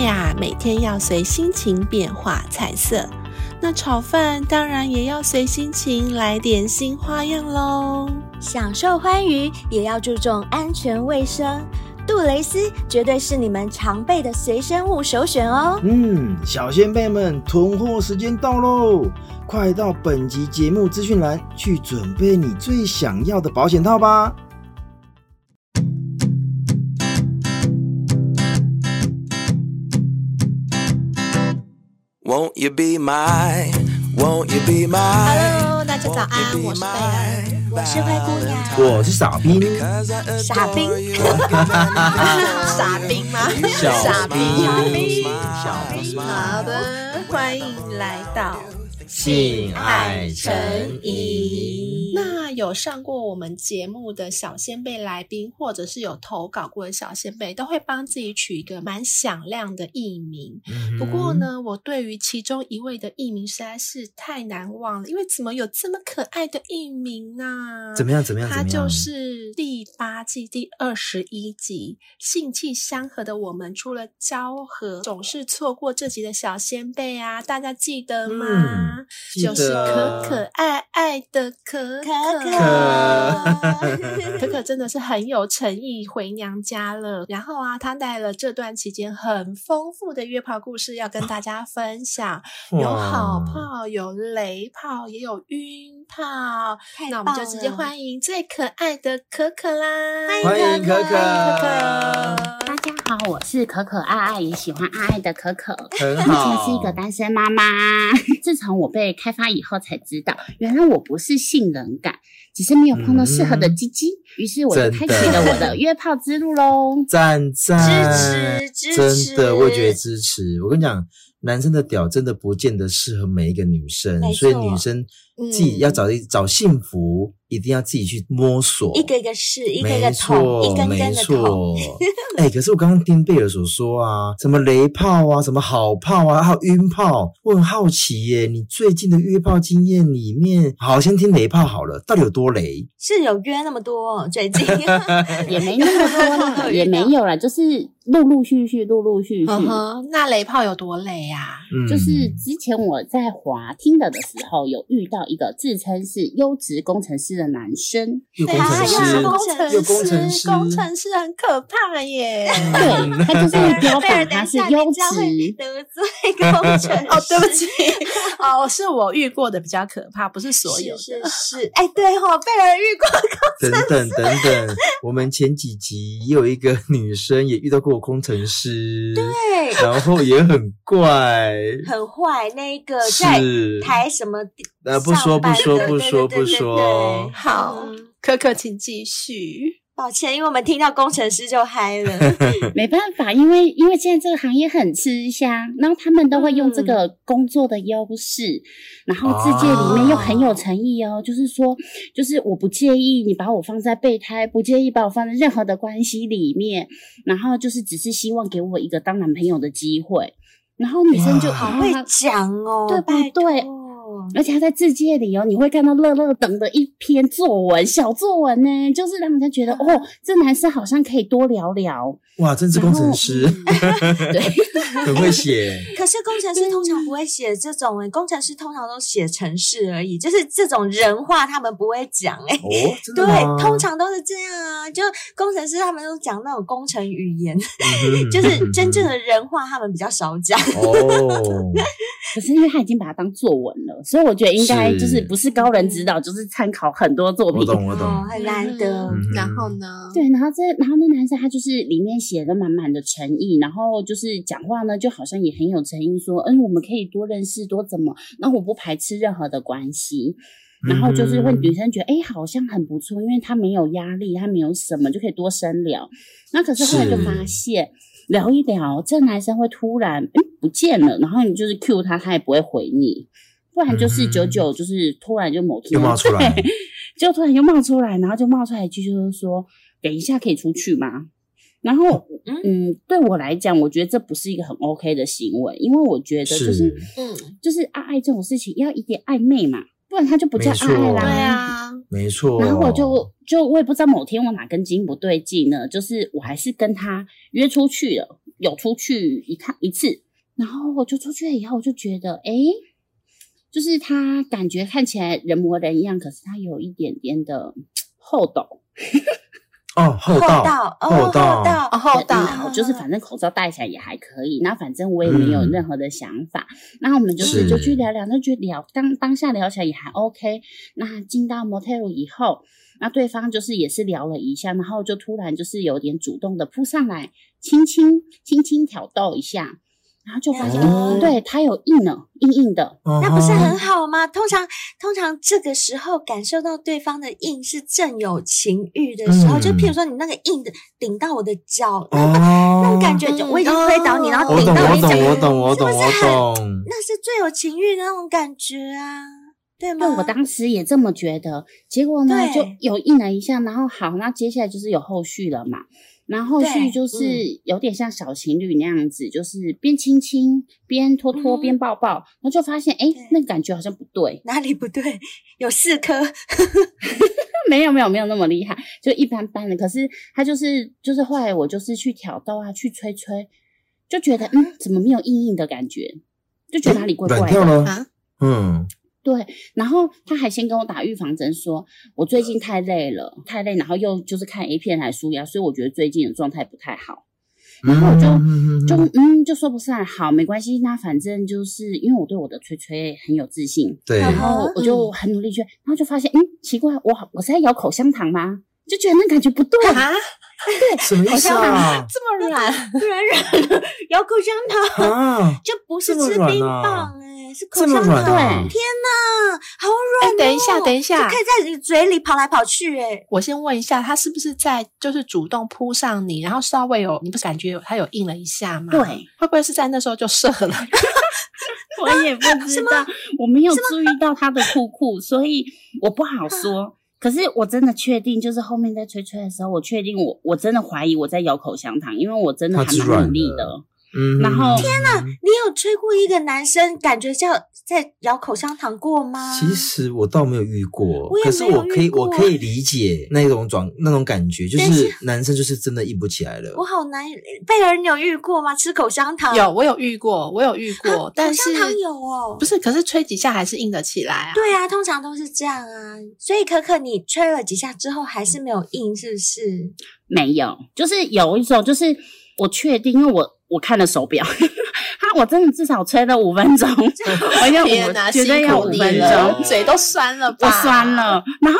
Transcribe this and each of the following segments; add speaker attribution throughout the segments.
Speaker 1: 呀，每天要随心情变化菜色。那炒饭当然也要随心情来点新花样喽。
Speaker 2: 享受欢愉也要注重安全卫生，杜蕾斯绝对是你们常备的随身物首选哦。
Speaker 3: 嗯，小先辈们，囤货时间到喽！快到本集节目资讯栏去准备你最想要的保险套吧。
Speaker 4: Won't you be my? Won't you be my?
Speaker 1: Hello，大家早安，我是贝儿。
Speaker 2: 我是灰姑娘
Speaker 3: 我是傻逼，
Speaker 2: 傻逼
Speaker 1: 啊傻逼吗？
Speaker 3: 小
Speaker 1: 逼
Speaker 3: 逼，
Speaker 1: 傻逼。好的，欢迎来到。
Speaker 3: 性
Speaker 1: 爱成瘾。那有上过我们节目的小先辈来宾，或者是有投稿过的小先辈，都会帮自己取一个蛮响亮的艺名。不
Speaker 3: 嗯
Speaker 1: 过，呢，我对于其中一位的艺名实在是太难忘了，因为怎么有这么可爱的艺名啊？
Speaker 3: 怎么样？怎么样？怎
Speaker 1: 它
Speaker 3: 么样？
Speaker 1: 就是第八季第二十一集《性气相合的我们》，除了交合，总是错过这集的小先辈啊，大家记得吗？
Speaker 3: 嗯记得
Speaker 1: 就是可可爱爱的可
Speaker 2: 可
Speaker 1: 可 可
Speaker 2: 可
Speaker 1: 可真的是很有诚意，回娘家了。然后啊，她带了这段期间很丰富的约炮故事要跟大家分享，有好
Speaker 3: 哇
Speaker 1: 炮，有雷炮，也有晕炮。
Speaker 2: 太
Speaker 1: 那我
Speaker 2: 棒
Speaker 1: 们就直接
Speaker 2: 了
Speaker 1: 欢迎最可爱的可可啦！
Speaker 2: 欢迎可
Speaker 1: 欢
Speaker 2: 可
Speaker 1: 迎可
Speaker 5: 大
Speaker 1: 可。
Speaker 5: 家好，我是可可爱爱，也喜欢爱爱的可可。
Speaker 3: 很
Speaker 5: 目 前
Speaker 3: 好，
Speaker 5: 是一个单身妈妈。 自从我被开发以后，才知道原来我不是性冷感，只是没有碰到适合的鸡鸡。
Speaker 1: 嗯
Speaker 5: 于是我就
Speaker 3: 真的。
Speaker 5: 开启了我的约炮之路喽
Speaker 3: 赞赞，
Speaker 2: 支持
Speaker 3: 真的，我也觉得支持。我跟你讲，男生的屌真的不见得适合每一个女生
Speaker 2: 没，错
Speaker 3: 所以女生自己要找一、找幸福，一定要自己去摸索。
Speaker 2: 一个一个试，一个一
Speaker 3: 没
Speaker 2: 个捅，
Speaker 3: 错，
Speaker 2: 一根根
Speaker 3: 没
Speaker 2: 的捅。
Speaker 3: 错。 哎、可是我刚刚听贝尔所说啊，什么雷炮啊，什么好炮啊，还有晕炮，我很好奇耶，你最近的约炮经验里面，好，先听雷炮好了，到底有多雷？
Speaker 2: 是有约那么多哦最 近，
Speaker 5: 也没那么多啦，也没有啦，就是陆陆续续，陆陆续续。
Speaker 1: 嗯哼，那雷炮有多雷啊呀、
Speaker 3: 嗯，
Speaker 5: 就是之前我在滑听的的时候，有遇到一个自称是优质工程师的男生，
Speaker 3: 又工程
Speaker 2: 对啊
Speaker 3: 师
Speaker 2: 又是工
Speaker 3: 又工程师嗯
Speaker 1: 工程师很可怕耶。嗯
Speaker 5: 对他就是标
Speaker 2: 贝尔等
Speaker 5: 榜他
Speaker 2: 一
Speaker 5: 是
Speaker 2: 下，
Speaker 5: 优
Speaker 2: 你这样会
Speaker 5: 质，
Speaker 2: 得罪工程 师。
Speaker 1: 哦，对不起，哦，是我遇过的比较可怕，不是所有
Speaker 2: 是
Speaker 1: 的。
Speaker 2: 是是，哎，对哦，贝尔遇过
Speaker 3: 等等等等，我们前几集也有一个女生也遇到过工程师，
Speaker 2: 对，
Speaker 3: 然后也很怪，
Speaker 2: 很坏那个在
Speaker 3: 是，
Speaker 2: 台什么地
Speaker 3: 呃，不说
Speaker 2: 上
Speaker 3: 不
Speaker 2: 班
Speaker 3: 说
Speaker 2: 的
Speaker 3: 不
Speaker 2: 对
Speaker 3: 说
Speaker 2: 对对
Speaker 3: 不
Speaker 2: 对
Speaker 3: 说
Speaker 2: 对，嗯
Speaker 1: 好，可可，请继续。
Speaker 2: 抱歉，因为我们听到工程师就嗨了，
Speaker 5: 没办法，因为因为现在这个行业很吃香，然后他们都会用这个工作的优势，然后字界里面又很有诚意哦，就是说，就是我不介意你把我放在备胎，不介意把我放在任何的关系里面，然后就是只是希望给我一个当男朋友的机会，然后女生就
Speaker 3: 哇
Speaker 5: 好
Speaker 2: 好 会讲哦，
Speaker 5: 对不
Speaker 2: 拜
Speaker 5: 对
Speaker 2: 托
Speaker 5: 而且他在字界里哦，你会看到乐乐等的一篇作文、小作文呢，就是让人家觉得哦，这男生好像可以多聊聊。
Speaker 3: 哇，真是工程师，
Speaker 5: 对，
Speaker 3: 很会写。
Speaker 2: 可是工程师通常不会写这种诶、工程师通常都写程式而已，就是这种人话他们不会讲诶、
Speaker 3: 哦，真的
Speaker 2: 对
Speaker 3: 吗，
Speaker 2: 通常都是这样啊，就工程师他们都讲那种工程语 言，
Speaker 3: 嗯哼嗯
Speaker 2: 就是真正的人话他们比较少讲。
Speaker 3: 哦，
Speaker 5: 可是因为他已经把它当作文了，所以我觉得应该就是
Speaker 3: 是
Speaker 5: 不是高人指导，就是参考很多作
Speaker 3: 我
Speaker 5: 品。
Speaker 3: 懂我
Speaker 2: 哦
Speaker 3: 懂，，
Speaker 2: 很难得。
Speaker 1: 嗯
Speaker 3: 嗯
Speaker 1: 然后呢？
Speaker 5: 对，然后这，然后那男生他就是里面写了满满的诚意，然后就是讲话呢，就好像也很有诚意，说，嗯，我们可以多认识，多怎么，然后我不排斥任何的关系，然后就是会
Speaker 3: 嗯
Speaker 5: 女生觉得，哎、好像很不错，因为他没有压力，他没有什么，就可以多深聊。那可是后来就是发现，聊一聊，这男生会突然嗯不见了，然后你就是 Q 他，他也不会回你，不然就是久久就是突然就某天
Speaker 3: 又冒出来
Speaker 5: 对，就突然就冒出来，然后就冒出来一句就是说，等一下可以出去吗？然
Speaker 3: 哦
Speaker 5: 后，嗯，对我来讲，我觉得这不是一个很 OK 的行为，因为我觉得就是
Speaker 3: 是
Speaker 1: 嗯，
Speaker 5: 就是爱爱这种事情要一点暧昧嘛，不然他就不叫
Speaker 3: 没
Speaker 5: 爱
Speaker 3: 错
Speaker 5: 爱啦。
Speaker 1: 对啊，
Speaker 3: 没错。
Speaker 5: 然后我就就我也不知道某天我哪根筋不对劲呢，就是我还是跟他约出去了，有出去一趟一次，然后我就出去了以后，我就觉得，哎，就是他感觉看起来人模人样，可是他有一点点的厚斗，
Speaker 3: 哦，厚道，
Speaker 2: 道，哦，
Speaker 3: 厚
Speaker 2: 厚
Speaker 3: 道
Speaker 1: 哦，厚
Speaker 5: 对
Speaker 1: 道
Speaker 5: 然后嗯就是反正口罩戴起来也还可以，那反正我也没有
Speaker 3: 嗯
Speaker 5: 任何的想法，那我们就是
Speaker 3: 是
Speaker 5: 就去聊聊，那就聊当当下聊起来也还 OK。那进到 motel 以后，那对方就是也是聊了一下，然后就突然就是有点主动的扑上来，轻轻轻轻挑逗一下，然后就发现、
Speaker 3: 哦
Speaker 5: 对他有硬呢，硬硬的，
Speaker 3: 那
Speaker 2: 那不是很好吗？通常通常这个时候感受到对方的硬是正有情欲的时候，
Speaker 3: 嗯
Speaker 2: 就譬如说你那个硬的顶到我的脚，那个
Speaker 3: 哦，
Speaker 2: 那种感觉就我已经推倒你，然后
Speaker 3: 我
Speaker 2: 顶
Speaker 3: 懂，
Speaker 2: 到
Speaker 3: 我
Speaker 2: 你脚，
Speaker 3: 懂，我懂，我懂，
Speaker 2: 是不是很
Speaker 3: 我懂。
Speaker 2: 那是最有情欲的那种感觉啊，对吗？
Speaker 5: 对我当时也这么觉得。结果呢，
Speaker 2: 对
Speaker 5: 就有硬了一下，然后好，那接下来就是有后续了嘛。然后后
Speaker 2: 对嗯
Speaker 5: 续就是有点像小情侣那样子，就是边亲亲边拖拖
Speaker 2: 嗯
Speaker 5: 边抱抱，然后就发现哎
Speaker 2: 对，
Speaker 5: 那感觉好像不对。
Speaker 2: 哪里不对？有四颗，
Speaker 5: 没有没有没有那么厉害，就一般般的。可是他就是就是后来我就是去挑逗啊，去吹吹，就觉
Speaker 2: 啊
Speaker 5: 得嗯，怎么没有硬硬的感觉，就觉得哪里怪
Speaker 3: 软
Speaker 5: 怪
Speaker 3: 掉
Speaker 5: 的。
Speaker 3: 了，
Speaker 1: 啊，
Speaker 3: 嗯，
Speaker 5: 对，然后他还先跟我打预防针说，我最近太累了，太累，然后又就是看 A 片来舒压，所以我觉得最近的状态不太好。然后我就
Speaker 3: 嗯
Speaker 5: 就嗯，就说不上来，好，没关系，那反正就是因为我对我的吹吹很有自信，
Speaker 3: 对，
Speaker 5: 然后我就很努力去，然后就发现，嗯，奇怪，我好，我是在咬口香糖吗？就觉得那感觉不对，
Speaker 1: 啊
Speaker 3: 什么意思啊？
Speaker 1: 这么软，
Speaker 2: 软软的，咬口香糖，
Speaker 3: 啊，
Speaker 2: 就不是
Speaker 3: 这么
Speaker 2: 吃
Speaker 3: 软
Speaker 2: 冰
Speaker 3: 啊
Speaker 2: 棒哎、是口
Speaker 3: 这么
Speaker 2: 香
Speaker 3: 软
Speaker 2: 糖。
Speaker 3: 啊？
Speaker 2: 天呐，好软、哦
Speaker 1: 哎等一下等一下
Speaker 2: 就可以在你嘴里跑来跑去、哎，
Speaker 1: 我先问一下，他是不是在就是主动扑上你，然后稍微有你不是感觉有他有硬了一下吗？
Speaker 5: 对，
Speaker 1: 会不会是在那时候就射了？
Speaker 5: 我也不知道，我没有注意到他的裤裤，所以我不好
Speaker 1: 嗯
Speaker 5: 说。可是我真的确定，就是后面在吹吹的时候，我确定我我真的怀疑我在咬口香糖，因为我真的
Speaker 3: 它
Speaker 5: 还
Speaker 3: 是
Speaker 5: 蛮
Speaker 3: 软
Speaker 5: 努力
Speaker 3: 的
Speaker 5: 的。
Speaker 3: 嗯，
Speaker 5: 然后
Speaker 3: 天哪！
Speaker 2: 你有吹过一个男生感觉像在咬口香糖过吗？
Speaker 3: 其实我倒没有遇过，
Speaker 2: 我也
Speaker 3: 可是
Speaker 2: 没有
Speaker 3: 我可以，
Speaker 2: 遇过
Speaker 3: 我可以理解那种转那种感觉，就
Speaker 2: 但
Speaker 3: 是
Speaker 2: 是
Speaker 3: 男生就是真的硬不起来了。
Speaker 2: 我好难。贝尔，你有遇过吗？吃口香 糖
Speaker 1: 有，我有遇过，我有遇过，
Speaker 2: 啊
Speaker 1: 但
Speaker 2: 口
Speaker 1: 是
Speaker 2: 香糖有哦
Speaker 1: 不是，可是吹几下还是硬得起来啊。
Speaker 2: 对啊，通常都是这样啊。所以可可，你吹了几下之后还是没有硬，是不是？
Speaker 5: 没有，就是有一种，就是我确定，因为我我看了手表， 他我真的至少吹了五 分钟，哎我要
Speaker 1: 天哪，
Speaker 5: 我绝对
Speaker 1: 辛
Speaker 5: 要
Speaker 1: 苦
Speaker 5: 五
Speaker 1: 你
Speaker 5: 分
Speaker 1: 了
Speaker 5: 钟。
Speaker 1: 嘴都酸了吧？
Speaker 5: 我酸。了，然后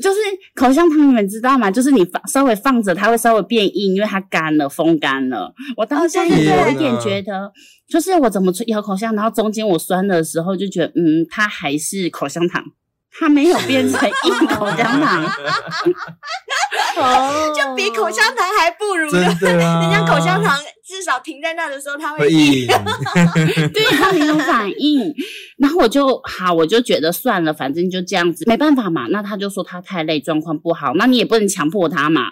Speaker 5: 就是口香糖，你们知道吗？就是你放稍微放着，它会稍微变硬，因为它干了，风干了。我当下
Speaker 2: 哦
Speaker 5: 就
Speaker 2: 对
Speaker 5: 有一
Speaker 3: 天
Speaker 5: 点
Speaker 3: 哪
Speaker 5: 觉得，就是我怎么吹咬口香，然后中间我酸的时候就觉得，嗯，它还是口香糖，它没有变成硬口香糖。
Speaker 1: 哦
Speaker 2: 就比口香糖还不如
Speaker 3: 真
Speaker 2: 呢。
Speaker 3: 的啊，
Speaker 2: 人家口香糖至少停在那的时候，它
Speaker 3: 会
Speaker 2: 会硬。
Speaker 3: 硬，
Speaker 5: 对 他没有反应，然后我就好，我就觉得算了，反正就这样子，没办法嘛。那他就说他太累，状况不好，那你也不能强迫他嘛，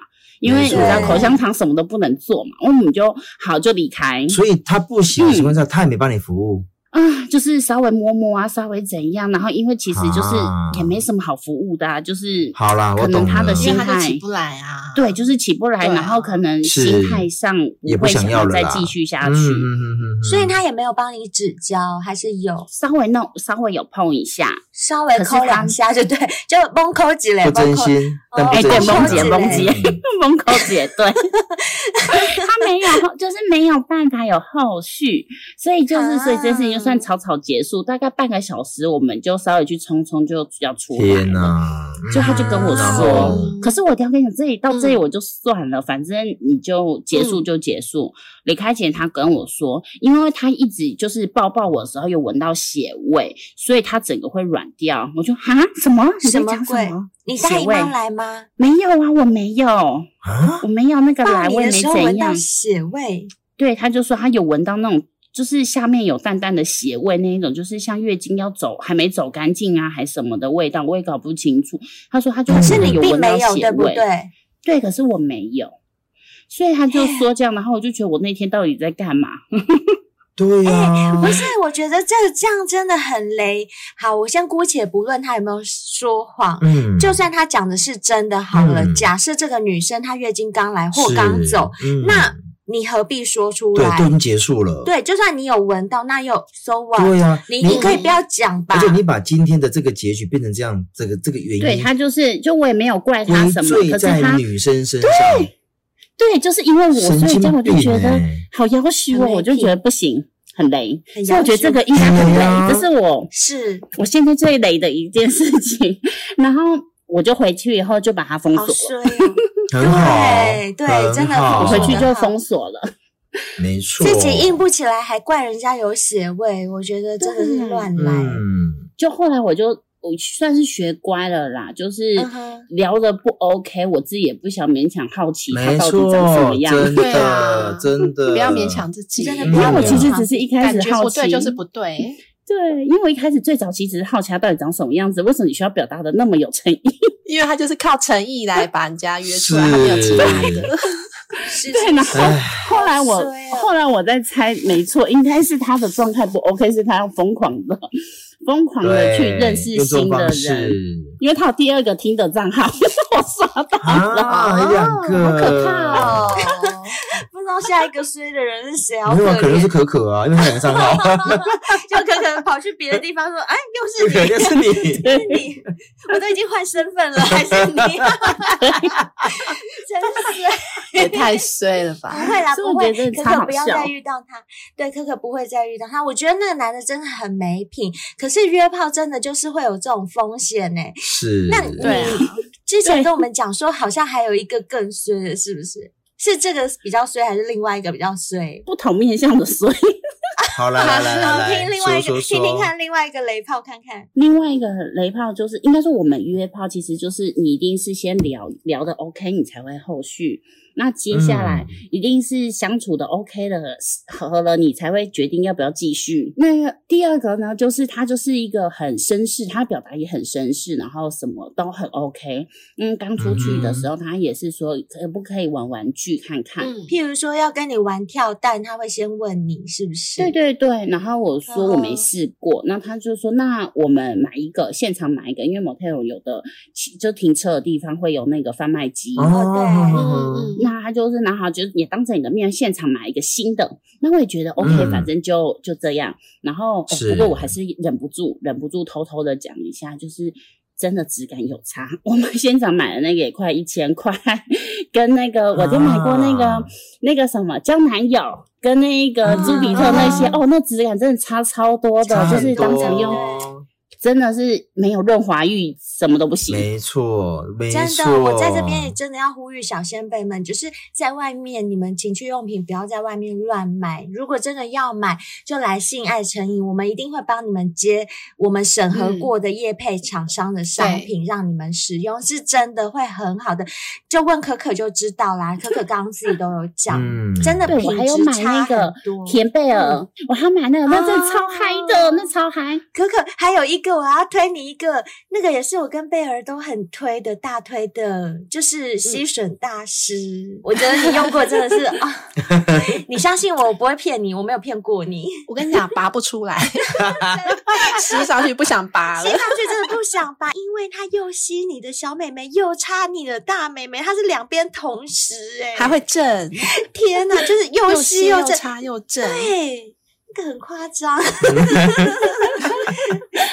Speaker 5: 因为
Speaker 3: 没
Speaker 5: 你知
Speaker 3: 错
Speaker 5: 道口香糖什么都不能做嘛。我们就好就离开
Speaker 3: 所以他不行的情况下，他也没帮你服务。
Speaker 5: 啊，就是稍微摸摸啊，稍微怎样，然后因为其实就是
Speaker 3: 啊
Speaker 5: 也没什么好服务的、啊，就是
Speaker 3: 好啦，我
Speaker 5: 可能
Speaker 3: 懂
Speaker 5: 他
Speaker 3: 了
Speaker 5: 的，
Speaker 1: 因
Speaker 5: 心
Speaker 1: 为他就
Speaker 5: 态
Speaker 1: 起不来啊。
Speaker 5: 对，就是起不来，
Speaker 1: 对啊
Speaker 5: 然后可能
Speaker 3: 是
Speaker 5: 心态上
Speaker 3: 也不
Speaker 5: 会
Speaker 3: 想
Speaker 5: 想
Speaker 3: 要了
Speaker 5: 再
Speaker 3: 啦
Speaker 5: 继续下
Speaker 3: 嗯
Speaker 5: 去。
Speaker 3: 嗯嗯嗯嗯
Speaker 2: 所以他也没有帮你指教，还是有
Speaker 5: 稍微弄，稍微有碰一下，
Speaker 2: 稍微
Speaker 5: 可是
Speaker 2: 抠
Speaker 5: 他
Speaker 2: 两下就对，就崩抠几嘞，
Speaker 3: 不
Speaker 2: 崩
Speaker 3: 真
Speaker 2: 抠
Speaker 3: 心，但不
Speaker 5: 哎对
Speaker 3: 真心
Speaker 5: 崩
Speaker 3: 啊
Speaker 5: 解崩解
Speaker 3: 嗯
Speaker 5: 门口姐对， 他没有后，就是没有办法有后续，所以就是所以这件事情就算草草结束，大概半个小时，我们就稍微去冲冲就要出来
Speaker 3: 天
Speaker 5: 了。
Speaker 3: 哪！
Speaker 5: 就他就跟我
Speaker 3: 然
Speaker 5: 说
Speaker 3: 后，
Speaker 5: 可是我一定要跟你讲，这里到这里我就算了，反正你就结束就结束。离开前他跟我说，因为他一直就是抱抱我的时候有闻到血味，所以他整个会软掉。我就哈什么？你在
Speaker 2: 什么
Speaker 5: 讲
Speaker 2: 鬼
Speaker 5: 什么？
Speaker 2: 你大姨
Speaker 5: 血味
Speaker 2: 妈来吗？
Speaker 5: 没有啊，我没有，
Speaker 3: 啊，
Speaker 5: 我没有那个
Speaker 2: 抱
Speaker 5: 来，
Speaker 2: 你
Speaker 5: 我也
Speaker 2: 的
Speaker 5: 没
Speaker 2: 时候闻
Speaker 5: 怎
Speaker 2: 到
Speaker 5: 样。
Speaker 2: 血味，
Speaker 5: 对，他就说他有闻到那种，就是下面有淡淡的血味那一种，就是像月经要走还没走干净啊，还什么的味道，我也搞不清楚。他说他就
Speaker 3: 可
Speaker 2: 是
Speaker 5: 真的
Speaker 2: 你嗯并
Speaker 5: 闻到
Speaker 2: 没有，
Speaker 5: 血
Speaker 2: 对不
Speaker 5: 味，
Speaker 2: 对？
Speaker 5: 对可是我没有，所以他就说这样，然后我就觉得我那天到底在干嘛？
Speaker 3: 对啊呀，
Speaker 2: 不是，哎我觉得这这样真的很雷。好，我先姑且不论他有没有说谎，
Speaker 3: 嗯，
Speaker 2: 就算他讲的是真的，好了，
Speaker 3: 嗯
Speaker 2: 假设这个女生她月经刚来或刚走，
Speaker 3: 是，嗯
Speaker 2: 那。你何必说出
Speaker 3: 对，
Speaker 2: 来？
Speaker 3: 都已经结束了。
Speaker 2: 对就算你有闻到，那又 so what？
Speaker 3: 对啊呀，
Speaker 2: 你你可以不要讲吧
Speaker 3: 而？且你把今天的这个结局变成这样，这个这个原因，
Speaker 5: 对他就是，就我也没有怪他
Speaker 3: 归
Speaker 5: 什么，可
Speaker 3: 罪
Speaker 5: 是
Speaker 3: 在
Speaker 5: 他
Speaker 3: 女生身上，
Speaker 5: 对，就是因为我，所
Speaker 3: 神
Speaker 5: 以这样我
Speaker 3: 经病
Speaker 5: 就觉得
Speaker 3: 哎！
Speaker 5: 好要虚哦，
Speaker 2: 很雷
Speaker 5: 我就觉得不行，很雷。
Speaker 2: 很
Speaker 5: 所以我觉
Speaker 2: 要
Speaker 5: 得
Speaker 2: 求
Speaker 5: 这个应该很
Speaker 3: 对啊
Speaker 5: 雷，这是我
Speaker 2: 是
Speaker 5: 我现在最雷的一件事情。然后我就回去以后就把它封
Speaker 2: 好
Speaker 5: 锁
Speaker 2: 衰
Speaker 5: 了，
Speaker 2: 哦，
Speaker 3: 很好，
Speaker 2: 对对
Speaker 3: 很
Speaker 2: 真的
Speaker 3: 好
Speaker 5: 我回去就
Speaker 2: 好
Speaker 5: 封锁了。
Speaker 3: 没错，
Speaker 2: 自
Speaker 5: 哦
Speaker 2: 己硬不起来，还怪人家有血味，我觉得真的是
Speaker 5: 对
Speaker 2: 乱来。
Speaker 3: 嗯，
Speaker 5: 就后来我就我算是学乖了啦，就是
Speaker 2: 嗯哼
Speaker 5: 聊的不 OK，我自己也不想勉强好奇他
Speaker 3: 没
Speaker 5: 到底
Speaker 3: 错，
Speaker 5: 长什么样。
Speaker 3: 真
Speaker 1: 对
Speaker 3: 的
Speaker 1: 啊
Speaker 3: 真的，
Speaker 1: 不要勉强自己，
Speaker 2: 真的
Speaker 3: 不
Speaker 5: 嗯因为
Speaker 3: 要
Speaker 5: 我
Speaker 3: 勉
Speaker 5: 其实
Speaker 2: 强
Speaker 5: 只是一开
Speaker 1: 感
Speaker 5: 始
Speaker 1: 觉
Speaker 5: 好
Speaker 1: 不
Speaker 5: 奇，
Speaker 1: 对就是不对，
Speaker 5: 对，因为我一开始最早期只是好奇他到底长什么样子，为什么你需要表达的那么有诚意？
Speaker 1: 因为他就是靠诚意来把人家约出来，
Speaker 3: 是哎
Speaker 1: 他没有其他的。
Speaker 2: 是
Speaker 5: 对，然后后来我、
Speaker 2: 好衰哦
Speaker 5: 后来我在猜，没错，应该是他的状态不 OK，是他要疯狂的疯狂的
Speaker 3: 对
Speaker 5: 去认识
Speaker 3: 用这种
Speaker 5: 新的
Speaker 3: 方
Speaker 5: 人，
Speaker 3: 式
Speaker 5: 因为他有第二个听的账号， 我刷到了。
Speaker 3: 啊，两个，
Speaker 1: 好可怕哦！
Speaker 2: 不知道下一个衰的人是谁，好
Speaker 3: 没有啊，可能
Speaker 2: 怜
Speaker 3: 是。可可啊，因为他两个账 号，
Speaker 2: 就可能跑去别的地方说：“哎，又 是
Speaker 3: 可
Speaker 2: 你，
Speaker 3: 能是你，
Speaker 2: 是你，我都已经换身份了，还是你， 真是
Speaker 1: 也太衰了
Speaker 2: 不
Speaker 1: 吧！
Speaker 2: 会啦，
Speaker 5: 所以
Speaker 2: 不
Speaker 5: 我
Speaker 2: 会，
Speaker 5: 觉得
Speaker 2: 可
Speaker 5: 超
Speaker 2: 可
Speaker 5: 好
Speaker 2: 不要
Speaker 5: 笑
Speaker 2: 再遇到他，对，可可不会再遇到他。我觉得那个男的真的很没品，可是约炮真的就是会有这种风险呢、
Speaker 3: 是，
Speaker 2: 那你
Speaker 1: 对啊
Speaker 2: 之前
Speaker 5: 对
Speaker 2: 跟我们讲说，好像还有一个更衰的，是不是？是这个比较衰，还是另外一个比较衰？
Speaker 5: 不同面向的所以
Speaker 3: 好来来来来来，
Speaker 2: 听另外一个，
Speaker 3: 说说
Speaker 2: 听听
Speaker 3: 说
Speaker 2: 看另外一个雷炮看看。
Speaker 5: 另外一个雷炮就是，应该说我们约炮，其实就是你一定是先聊聊的 OK，你才会后续。那接下来
Speaker 3: 嗯
Speaker 5: 一定是相处的 OK 了，合了，你才会决定要不要继续。那个第二个呢，就是他就是一个很绅士，他表达也很绅士，然后什么都很 OK。嗯，刚出去的时候，他也是说可不可以玩玩具看看。
Speaker 1: 嗯，
Speaker 2: 譬如说要跟你玩跳蛋，他会先问你是不是？
Speaker 5: 对对对，然后我说我没
Speaker 2: 哦
Speaker 5: 试过，那他就说那我们买一个现场买一个，因为 motel 有的其就停车的地方会有那个贩卖机。
Speaker 1: 嗯
Speaker 5: 嗯
Speaker 2: 对
Speaker 3: 哦，
Speaker 5: 那他就是拿好，就是也当着你的面现场买一个新的，那我也觉得 OK，、
Speaker 3: 嗯
Speaker 5: 反正就就这样。然后、哦
Speaker 3: 是
Speaker 5: 不过我还是忍不住，忍不住偷偷的讲一下，就是真的质感有差。 我们现场买的那个也快一千块，跟那个我就买过那个、
Speaker 3: 啊
Speaker 5: 那个什么交男友。跟那个朱比特那些、
Speaker 2: 啊
Speaker 5: 哦，那质感真的差超多的，
Speaker 3: 差
Speaker 5: 就
Speaker 3: 很
Speaker 5: 是当场用，
Speaker 3: 多
Speaker 5: 真的是没有润滑浴，什么都不行。
Speaker 3: 没错，没错，
Speaker 2: 真的，我在这边也真的要呼吁小先辈们，就是在外面你们情趣用品不要在外面乱买，如果真的要买，就来性爱成瘾，我们一定会帮你们接我们审
Speaker 5: 嗯
Speaker 2: 核过的业配厂商的商品，让你们使用，是真的会很好的。就问可可就知道啦，可可刚刚自己都有讲，
Speaker 3: 嗯
Speaker 2: 真的
Speaker 5: 对
Speaker 2: 品
Speaker 5: 我还有
Speaker 2: 质
Speaker 5: 买
Speaker 2: 差
Speaker 5: 那
Speaker 2: 很
Speaker 5: 个
Speaker 2: 多。嗯
Speaker 5: 甜贝尔，我还买那个，那真的超嗨的，
Speaker 2: 哦
Speaker 5: 那超嗨。
Speaker 2: 可可还有一个，我要推你一个，那个也是我跟贝儿都很推的大推的，就是吸吮大师。嗯我觉得你用过真的 是啊，你相信我，我不会骗你，我没有骗过你。
Speaker 1: 我跟你讲，拔不出 来，吸上去不想拔
Speaker 2: 吸
Speaker 1: 了
Speaker 2: 上。去真的不想拔，因为它又吸你的小美眉，又插你的大美眉，它是两边同时哎、
Speaker 1: 还会震，
Speaker 2: 天哪，就是又
Speaker 1: 又
Speaker 2: 吸
Speaker 1: 吸
Speaker 2: 又嗯
Speaker 1: 又
Speaker 2: 震，
Speaker 1: 插又震，
Speaker 2: 对，那个很夸张。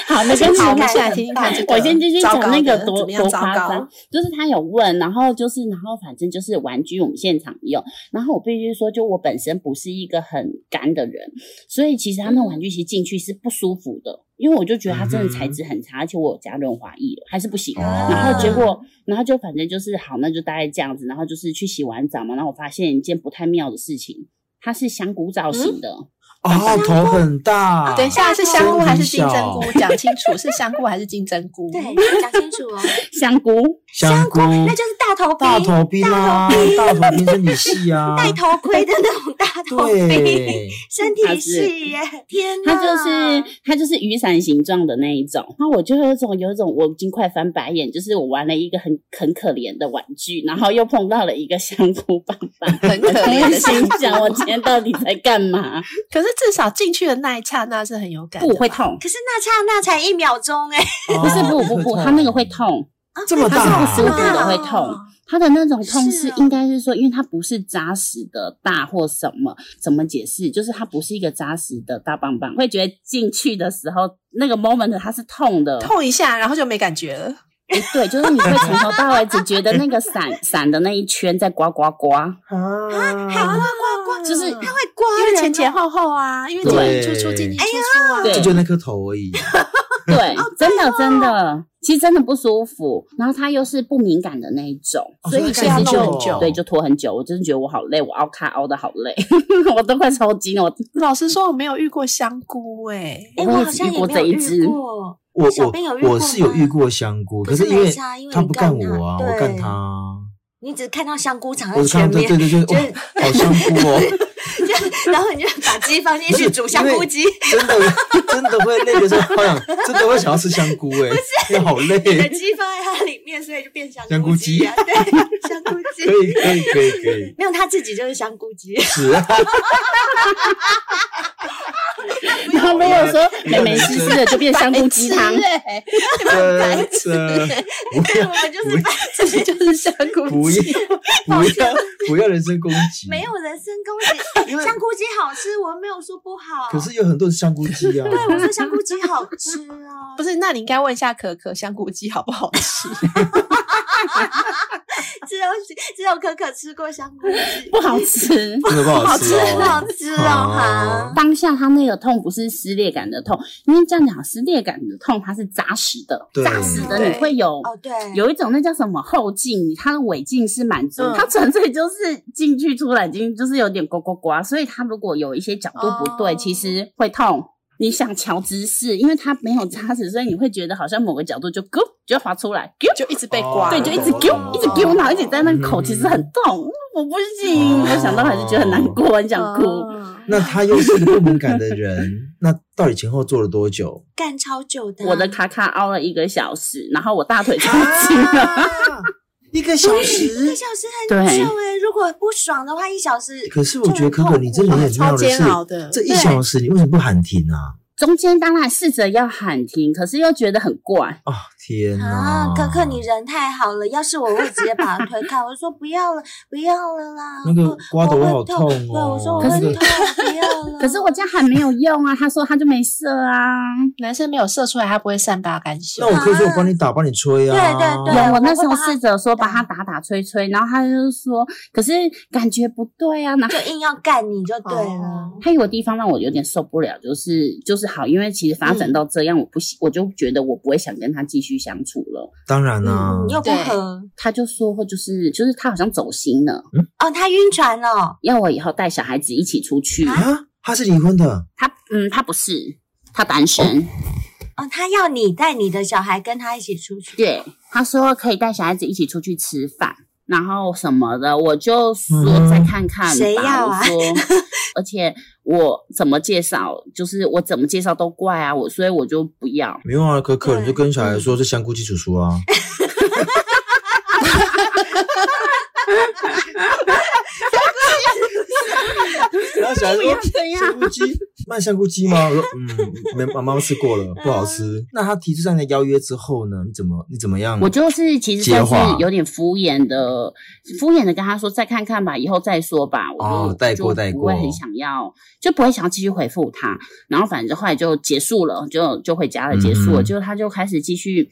Speaker 5: 好，那先
Speaker 1: 好，
Speaker 5: 好，
Speaker 1: 我们
Speaker 5: 我
Speaker 1: 现
Speaker 5: 们现
Speaker 1: 在
Speaker 5: 在
Speaker 1: 听
Speaker 5: 听。
Speaker 1: 听看这个。
Speaker 5: 我先继续讲那个多
Speaker 1: 怎么样
Speaker 5: 多
Speaker 1: 糟
Speaker 5: 夸
Speaker 1: 糕
Speaker 5: 张？，就是他有问，然后就是然后反正就是玩具我们现场用，然后我必须说，就我本身不是一个很干的人，所以其实他那
Speaker 1: 嗯
Speaker 5: 玩具其实进去是不舒服的，因为我就觉得它真的材质很差，而且我有加润滑液了，还是不行。
Speaker 3: 哦
Speaker 5: 然后结果，然后就反正就是好，那就大概这样子，然后就是去洗完澡嘛，然后我发现一件不太妙的事情，它是香菇造型
Speaker 1: 嗯
Speaker 5: 的。
Speaker 3: 哦，头很
Speaker 2: 哦
Speaker 3: 大，
Speaker 1: 等一
Speaker 5: 啊
Speaker 1: 下是香菇还是金针
Speaker 3: 胸
Speaker 1: 菇
Speaker 3: 很？
Speaker 1: 讲清楚是香菇还是金针菇？
Speaker 2: 对，讲清楚 哦，
Speaker 5: 香菇，
Speaker 3: 香菇，
Speaker 2: 那就是大头兵，
Speaker 3: 大头兵啊，大头兵身体 细啊，
Speaker 2: 戴头盔的那种大头兵。
Speaker 3: 对，
Speaker 2: 身
Speaker 5: 它
Speaker 2: 体
Speaker 5: 是
Speaker 2: 系耶！ 天哪，
Speaker 5: 它就是它就是雨伞形状的那一种。那我就有一种有一种我已经快翻白眼，就是我玩了一个很很可怜的玩具，然后又碰到了一个香菇 棒棒，
Speaker 1: 很可怜
Speaker 5: 我
Speaker 1: 的香
Speaker 5: 心
Speaker 1: 菇
Speaker 5: 想我今天到底在干 嘛？
Speaker 1: 可是至少进去的那一刹那是很有感的
Speaker 5: 不
Speaker 1: 吧，
Speaker 5: 会痛，
Speaker 2: 可是那刹那才一秒钟哎，
Speaker 3: 哦
Speaker 5: 不是不不不，它那个会痛，
Speaker 3: 这么
Speaker 5: 它是
Speaker 3: 大，
Speaker 5: 不舒服的会痛。它的那种痛哦是啊
Speaker 1: 是哦
Speaker 5: 应该是说，因为它不是扎实的大或什么，怎么解释？就是它不是一个扎实的大棒棒，会觉得进去的时候那个 moment 它是痛的，
Speaker 1: 痛一下，然后就没感觉了。
Speaker 5: 诶对，就是你会从头到尾只觉得那个闪闪的那一圈在刮刮刮，
Speaker 3: 哦啊，
Speaker 1: 刮刮
Speaker 5: 就是
Speaker 1: 它
Speaker 5: 它
Speaker 1: 会刮，
Speaker 2: 哦
Speaker 1: 因为前前后后啊，因为进进
Speaker 3: 对
Speaker 1: 出出进进出出啊，
Speaker 5: 对
Speaker 3: 就就哦那颗头而已。啊
Speaker 5: 对，真的真的，其实真的不舒服。然后它又是不敏感的那一种，
Speaker 3: 哦
Speaker 5: 所以其
Speaker 3: 所以
Speaker 5: 实
Speaker 3: 它可以
Speaker 5: 就
Speaker 3: 弄很久
Speaker 5: 对，就拖很久。我真的觉得我好累，我熬卡熬的好累， 我都快抽筋了。我
Speaker 1: 老实说，我没有遇过香菇哎、
Speaker 2: 哎、
Speaker 5: 我
Speaker 2: 我
Speaker 5: 也
Speaker 2: 好
Speaker 5: 只
Speaker 2: 像
Speaker 5: 遇
Speaker 2: 也
Speaker 5: 过
Speaker 2: 没
Speaker 5: 这
Speaker 2: 有
Speaker 5: 一
Speaker 2: 遇
Speaker 5: 只
Speaker 2: 过。
Speaker 3: 我
Speaker 2: 小编有遇
Speaker 3: 我
Speaker 2: 过
Speaker 3: 我是有
Speaker 2: 吗
Speaker 3: 遇过香菇，可
Speaker 2: 可是
Speaker 3: 因为
Speaker 2: 没差因为
Speaker 3: 他
Speaker 2: 你
Speaker 3: 不
Speaker 2: 干
Speaker 3: 干我啊，
Speaker 2: 他
Speaker 3: 我干
Speaker 2: 对
Speaker 3: 他啊，
Speaker 2: 你只看到香菇长在
Speaker 3: 我是看
Speaker 2: 前
Speaker 3: 对
Speaker 2: 面，
Speaker 3: 对对对，
Speaker 2: 就
Speaker 3: 哇，好香 菇哦。
Speaker 2: 就然后你就把鸡放进
Speaker 3: 不
Speaker 2: 去
Speaker 3: 是
Speaker 2: 煮香
Speaker 3: 因为
Speaker 2: 菇鸡，
Speaker 3: 真的真的会累的时候，好想真的会想要吃香菇哎、欸，好累。
Speaker 2: 你的
Speaker 3: 可
Speaker 2: 鸡放在它里面，所以就变香
Speaker 3: 香
Speaker 2: 菇
Speaker 3: 菇
Speaker 2: 鸡啊、对，香菇鸡。
Speaker 3: 以 可以可以可以，
Speaker 2: 没有，它自己就是香菇鸡。
Speaker 3: 是 啊，
Speaker 5: 然后没有说美美滋滋的就变香菇鸡汤，
Speaker 1: 对，
Speaker 3: 真的不
Speaker 2: 我
Speaker 3: 要
Speaker 2: 们就是把
Speaker 1: 这里就是香菇
Speaker 3: 不要
Speaker 1: 鸡。
Speaker 3: 不要不要人身攻击，
Speaker 2: 没有人身攻击。哎
Speaker 3: 因为
Speaker 2: 香菇鸡好吃，我没有说不好。
Speaker 3: 可是有很多人香菇鸡啊，
Speaker 2: 对，我说香菇鸡好吃啊。
Speaker 1: 不是，那你应该问一下可可香菇鸡好不好吃？
Speaker 2: 只有只有可可吃过香菇 鸡，
Speaker 5: 不好吃。
Speaker 3: 真的不好吃
Speaker 2: 不好
Speaker 3: 哦。
Speaker 2: 吃哦，哈
Speaker 3: 啊。
Speaker 5: 当下他那个痛不是撕裂感的痛，因为这样讲撕裂感的痛它是扎实的，
Speaker 3: 对
Speaker 5: 扎实的
Speaker 1: 对
Speaker 5: 你会有
Speaker 2: 哦，对，
Speaker 5: 有一种那叫什么后劲，它的尾劲是满足，
Speaker 1: 嗯
Speaker 5: 它纯粹就是进去出来进去就是有点呱呱呱，所以它如果有一些角度不对，
Speaker 1: 哦
Speaker 5: 其实会痛。你想调姿势，因为它没有扎实，所以你会觉得好像某个角度就咕就滑出来，咕
Speaker 1: 就一直被刮，
Speaker 3: 哦
Speaker 5: 对，就一直
Speaker 3: 哦
Speaker 5: 丢，一直丢，然后一直在那个口，
Speaker 3: 嗯
Speaker 5: 其实很痛，我不行，
Speaker 3: 哦
Speaker 5: 我想到还是觉得很难过，很想哭。
Speaker 1: 嗯
Speaker 3: 那他又是个不敏感的人，那到底前后做了 多久？
Speaker 2: 干超久的啊。
Speaker 5: 我的卡卡凹了一个小时，然后我大腿抽筋了，
Speaker 3: 啊，一个小
Speaker 2: 一个
Speaker 3: 时。
Speaker 2: 小时很
Speaker 5: 对
Speaker 2: 久哎，如果不爽的话，一小时。
Speaker 3: 可是我觉得可可，你真的很妙
Speaker 1: 超
Speaker 3: 的
Speaker 1: 煎
Speaker 3: 是，
Speaker 1: 熬的。
Speaker 3: 这一小时你为什么不喊停啊？
Speaker 5: 中间当然试着要喊停，可是又觉得很怪。
Speaker 3: 啊、天哪！
Speaker 2: 啊，可可，你人太好了。要是我，我会直接把他推开。我说不要了，不要了啦。
Speaker 3: 那个
Speaker 2: 我
Speaker 3: 刮得
Speaker 2: 我
Speaker 3: 我
Speaker 2: 会
Speaker 3: 好
Speaker 2: 痛
Speaker 3: 痛哦
Speaker 2: 对，我说我
Speaker 5: 可
Speaker 2: 会
Speaker 5: 是
Speaker 2: 痛，不要了。
Speaker 5: 可是我这样喊没有用啊，他说他就没射啊。
Speaker 1: 男生没有射出来，他不会善罢甘休
Speaker 3: 那。我可以说我帮你打，帮你吹啊。
Speaker 2: 对
Speaker 5: 有，
Speaker 2: 我
Speaker 5: 我那时
Speaker 2: 会
Speaker 5: 候
Speaker 2: 帮他
Speaker 5: 试着说帮他打打吹吹，然后他就说，可是感觉不对啊，然后。
Speaker 2: 就硬要干你就对了
Speaker 1: 哦。
Speaker 5: 还有个地方让我有点受不了，就是就是好，因为其实发展到这样，我不喜，我就觉得我不会想跟他继续相处了。
Speaker 3: 当然啦、
Speaker 2: 嗯，又不
Speaker 1: 对
Speaker 2: 合
Speaker 5: 他就说，就是就是他好像走心了，
Speaker 2: 哦，他晕船了。
Speaker 5: 要我以后带小孩子一起出去。
Speaker 3: 啊，他是离婚的，
Speaker 5: 他嗯，他不是，他单身。
Speaker 2: 哦，他要你带你的小孩跟他一起出去。
Speaker 5: 对，他说可以带小孩子一起出去吃饭，然后什么的，我就说
Speaker 3: 嗯
Speaker 5: 再看看吧。
Speaker 2: 谁要啊
Speaker 5: 我说，而且我怎么介绍，就是我怎么介绍都怪啊，我所以我就不要。
Speaker 3: 没有啊，可可，
Speaker 2: 对
Speaker 3: 你就跟小孩说是香菇鸡叔叔啊。然后小孩
Speaker 5: 不
Speaker 3: 说
Speaker 5: 要。这样
Speaker 3: 香，菇鸡，卖香菇鸡吗？我说，嗯，没，妈妈吃过了，不好吃。那他提出这样的邀约之后呢？你怎么，你怎么样？
Speaker 5: 我就是其实
Speaker 3: 接
Speaker 5: 算是
Speaker 3: 话
Speaker 5: 有点敷衍的，敷衍的跟他说再看看吧，以后再说吧。我就、
Speaker 3: 哦带过
Speaker 5: 就
Speaker 3: 带
Speaker 5: 不会很
Speaker 3: 过
Speaker 5: 想要，就不会想要继续回复他。然后反正后来就结束了，就就回家了，结束了。
Speaker 3: 嗯
Speaker 5: 就他就开始继续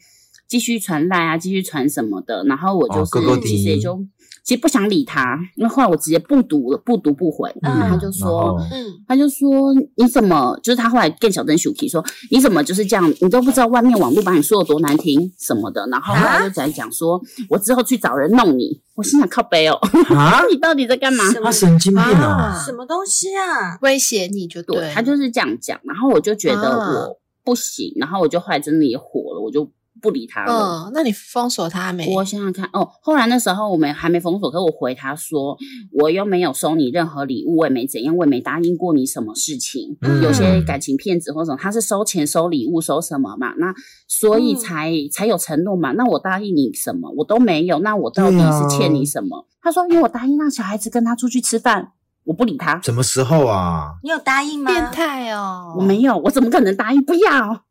Speaker 5: 继续传赖啊，继续传什么的。然后我就
Speaker 3: 哦
Speaker 5: 是、
Speaker 3: 勾勾
Speaker 5: 其实也
Speaker 3: 滴
Speaker 5: 就其实不想理他，因为后来我直接不读了，不读不回。
Speaker 2: 嗯
Speaker 5: 然后他就
Speaker 3: 然
Speaker 5: 说
Speaker 3: 后。
Speaker 1: 嗯，
Speaker 5: 他就说：“你怎么？就是他后来跟小邓 Shuki 说，你怎么就是这样？你都不知道外面网络把你说有多难听什么的。然后后
Speaker 1: 啊
Speaker 5: 来又在讲说，我之后去找人弄你。我心想靠背哦，
Speaker 3: 啊，
Speaker 5: 你到底在干嘛？
Speaker 2: 什么
Speaker 3: 他神经病啊！
Speaker 2: 什么东西啊？
Speaker 1: 威胁你就
Speaker 5: 对
Speaker 1: 对，
Speaker 5: 他就是这样讲。然后我就觉得
Speaker 1: 啊
Speaker 5: 我不行，然后我就后来真的也火了，我就不理他了。
Speaker 1: 嗯，那你封锁他没？
Speaker 5: 我想想看，哦，后来那时候我们还没封锁，可我回他说，我又没有收你任何礼物，我也没怎样，我也没答应过你什么事情。
Speaker 3: 嗯
Speaker 5: 有些感情骗子或者什么他是收钱、收礼物、收什么嘛，那所以
Speaker 2: 嗯
Speaker 5: 才、才有承诺嘛。那我答应你什么，我都没有，那我到底是欠你什么？他说，因为我答应让小孩子跟他出去吃饭，我不理他，
Speaker 3: 什么时候啊？
Speaker 2: 你有答应吗？
Speaker 1: 变态哦，
Speaker 5: 我没有，我怎么可能答应？不要。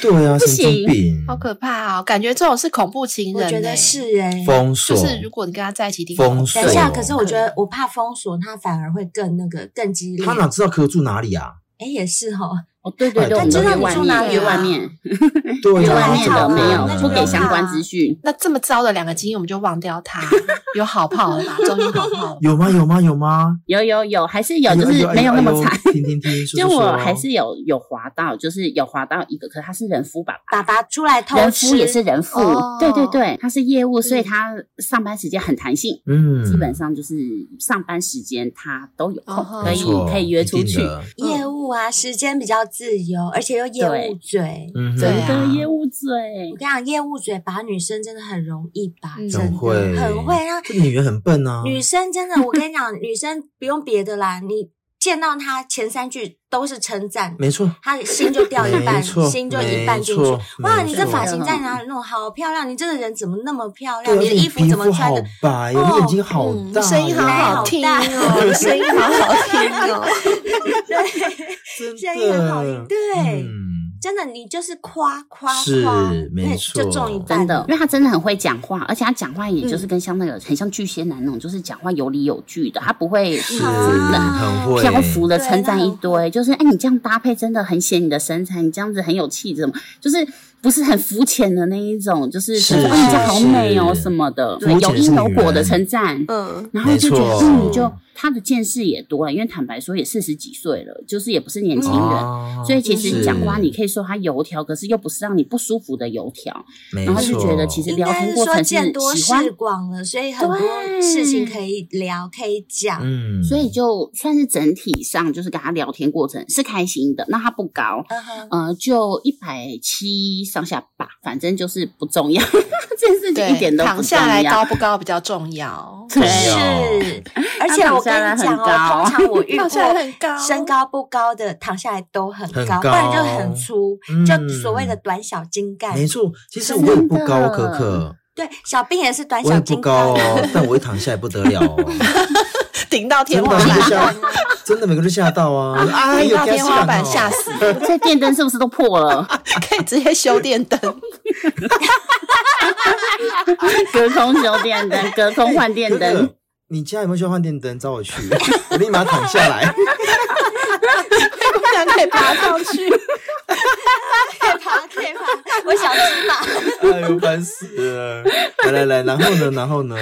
Speaker 3: 对啊，
Speaker 5: 不
Speaker 3: 神经
Speaker 5: 行
Speaker 3: 病，
Speaker 1: 好可怕哦！感觉这种是恐怖情
Speaker 2: 我
Speaker 1: 人、欸，
Speaker 2: 觉得是哎、
Speaker 3: 封锁，
Speaker 1: 就是如果你跟他在一起，一定
Speaker 3: 封
Speaker 1: 很
Speaker 3: 锁
Speaker 2: 等一下，
Speaker 3: 对
Speaker 2: 可是我觉得我怕封锁，他反而会更那个更激烈。
Speaker 3: 他哪知道壳住哪里啊？
Speaker 2: 哎，也是哈，
Speaker 5: 哦，对对
Speaker 3: 哎
Speaker 5: 对，我
Speaker 3: 但
Speaker 5: 们
Speaker 3: 知
Speaker 5: 约
Speaker 3: 道你
Speaker 5: 外
Speaker 2: 住哪
Speaker 5: 面，
Speaker 1: 里
Speaker 5: 约
Speaker 1: 啊
Speaker 5: 外面，
Speaker 3: 对
Speaker 5: 约
Speaker 3: 啊，
Speaker 5: 外
Speaker 2: 那
Speaker 5: 面
Speaker 2: 就
Speaker 5: 的
Speaker 2: 不
Speaker 5: 没
Speaker 2: 要
Speaker 5: 有
Speaker 2: 那就不
Speaker 5: 不给
Speaker 2: 用
Speaker 5: 相
Speaker 2: 怕
Speaker 5: 关
Speaker 2: 啊
Speaker 5: 资讯。
Speaker 1: 那这么糟的两个经验，我们就忘掉他。有好炮了吧？终于有好炮了。
Speaker 3: 有吗？有吗？有吗？
Speaker 5: 有有有，还是有，
Speaker 3: 哎呦
Speaker 5: 就
Speaker 3: 哎
Speaker 5: 是
Speaker 3: 呦哎
Speaker 5: 没
Speaker 3: 呦
Speaker 5: 有那
Speaker 3: 哎
Speaker 5: 么
Speaker 3: 呦
Speaker 5: 惨。
Speaker 3: 听听听，说
Speaker 5: 就
Speaker 3: 说
Speaker 5: 我
Speaker 3: 说
Speaker 5: 还是有有滑到，就是有滑到一个，可是他是人夫爸
Speaker 2: 爸
Speaker 5: 爸。
Speaker 2: 爸出来偷
Speaker 5: 人
Speaker 2: 吃
Speaker 5: 夫也是人夫，
Speaker 1: 哦
Speaker 5: 对对对，他是业务，所以
Speaker 1: 嗯
Speaker 5: 他上班时间很弹性，
Speaker 3: 嗯，
Speaker 5: 基本上就是上班时间他都有空，
Speaker 1: 哦
Speaker 5: 可
Speaker 3: 没
Speaker 5: 以
Speaker 3: 错
Speaker 5: 可以约出
Speaker 3: 一定
Speaker 5: 去。
Speaker 3: 的
Speaker 2: 业务啊，时间比较自由，而且又业务
Speaker 5: 对
Speaker 2: 嘴。
Speaker 3: 嗯哼，
Speaker 1: 对
Speaker 5: 真的
Speaker 1: 啊
Speaker 5: 业务嘴
Speaker 2: 我跟你讲，业务嘴把女生真的很容易把，
Speaker 1: 嗯
Speaker 2: 真
Speaker 3: 很
Speaker 2: 的
Speaker 3: 会，
Speaker 2: 很会让
Speaker 3: 这女人很笨啊，
Speaker 2: 女生真的，我跟你讲，女生不用别的啦，你见到她前三句都是称赞，
Speaker 3: 没错，
Speaker 2: 她心就掉一半，
Speaker 3: 没错
Speaker 2: 心就一半进去
Speaker 3: 没错。
Speaker 2: 哇，
Speaker 3: 没
Speaker 2: 你这
Speaker 5: 错
Speaker 2: 发型在哪里弄？好漂亮！你这个人怎么那么漂亮？
Speaker 3: 对啊，
Speaker 2: 你的衣服
Speaker 3: 皮
Speaker 2: 怎么
Speaker 3: 肤
Speaker 2: 穿
Speaker 3: 好
Speaker 2: 的？
Speaker 3: 白哦，
Speaker 2: 哦
Speaker 3: 你眼睛好
Speaker 1: 嗯
Speaker 3: 大，哦
Speaker 1: 声音好好听
Speaker 2: 好大
Speaker 1: 哦，你声音好好听哦。
Speaker 3: 真的
Speaker 2: 声音很好听对
Speaker 3: 嗯
Speaker 2: 真的，你就是夸夸
Speaker 3: 是
Speaker 2: 夸，
Speaker 3: 没
Speaker 2: 那
Speaker 3: 错
Speaker 2: 就中一半
Speaker 5: 真的
Speaker 1: 哦
Speaker 2: 了，
Speaker 5: 因。为他真的很会讲话，而且他讲话也
Speaker 1: 嗯
Speaker 5: 就是跟像那个、很像巨蟹男那种，就是讲话有理有据的，他不会
Speaker 1: 嗯
Speaker 3: 是
Speaker 2: 啊
Speaker 3: 很会
Speaker 5: 漂浮的
Speaker 2: 对
Speaker 5: 称赞
Speaker 2: 那
Speaker 5: 一
Speaker 2: 很
Speaker 5: 堆，就是哎、你这样搭配真的很显你的身材，你这样子很有气质，什么就是不是很肤浅的那一种，就是
Speaker 3: 是
Speaker 5: 说哎、你这样好美哦
Speaker 3: 是
Speaker 5: 什么的，
Speaker 3: 对
Speaker 5: 有
Speaker 3: 肤浅是
Speaker 5: 因有
Speaker 3: 女
Speaker 5: 果的
Speaker 3: 人
Speaker 5: 称赞。
Speaker 1: 嗯，
Speaker 5: 然后就觉
Speaker 3: 没
Speaker 5: 得，
Speaker 3: 错
Speaker 5: 嗯，就他的见识也多了，因为坦白说也四十几岁了，就是也不是年轻人，
Speaker 3: 啊
Speaker 5: 所以其实
Speaker 3: 是
Speaker 5: 讲话你可以说他油条，可是又不是让你不舒服的油条，
Speaker 3: 没
Speaker 5: 然后就觉得
Speaker 3: 错
Speaker 5: 其实
Speaker 2: 应
Speaker 5: 聊
Speaker 2: 该
Speaker 5: 天
Speaker 2: 是
Speaker 5: 过
Speaker 2: 说
Speaker 5: 程
Speaker 2: 见多
Speaker 5: 是喜欢
Speaker 2: 识广了，所以很多
Speaker 5: 对
Speaker 2: 事情可以聊，可以讲。
Speaker 3: 嗯，
Speaker 5: 所以就算是整体上，就是跟他聊天过程是开心的。那他不高，
Speaker 2: 嗯哼，
Speaker 5: 呃，就一百七上下吧，反正就是不重要，这件事情
Speaker 1: 对，
Speaker 5: 一点都不
Speaker 1: 躺
Speaker 5: 重
Speaker 1: 下来
Speaker 5: 要
Speaker 1: 高。不高比较重要。
Speaker 5: 对
Speaker 2: 是，啊
Speaker 5: 哦
Speaker 2: 而且我跟你讲哦，通
Speaker 5: 他啊躺下来很高
Speaker 2: 常我遇
Speaker 1: 躺下来很
Speaker 2: 过
Speaker 1: 高
Speaker 2: 身高不高的，躺下来都很
Speaker 3: 很
Speaker 2: 高，
Speaker 3: 高
Speaker 2: 不然就很粗，
Speaker 3: 嗯
Speaker 2: 就所谓的短小精干。
Speaker 3: 没错，其实
Speaker 5: 真
Speaker 3: 我也不
Speaker 5: 的
Speaker 3: 高，可可，
Speaker 2: 对，小兵也是短
Speaker 3: 我
Speaker 2: 小
Speaker 3: 也不
Speaker 2: 精
Speaker 3: 高
Speaker 2: 干啊。
Speaker 3: 哦，但我一躺下也不得了哦，
Speaker 1: 顶到天
Speaker 3: 真的
Speaker 1: 花
Speaker 3: 每
Speaker 1: 板，
Speaker 3: 个吓，真的每个都吓到啊，啊，
Speaker 1: 顶
Speaker 3: 有哦
Speaker 1: 到天花板，吓
Speaker 3: 死，
Speaker 1: 死，
Speaker 5: 这电灯是不是都破了？
Speaker 1: 可以直接修电灯。
Speaker 5: 隔空修电灯，隔空换电
Speaker 3: 可
Speaker 5: 灯
Speaker 3: 可。，你家有没有需要换电灯？找我去， 我立马躺下来。
Speaker 1: 不然可以爬上去。
Speaker 2: 可以爬，可以爬，我想吃嘛。
Speaker 3: 哎呦，烦死了！来来来，然后呢？然后呢？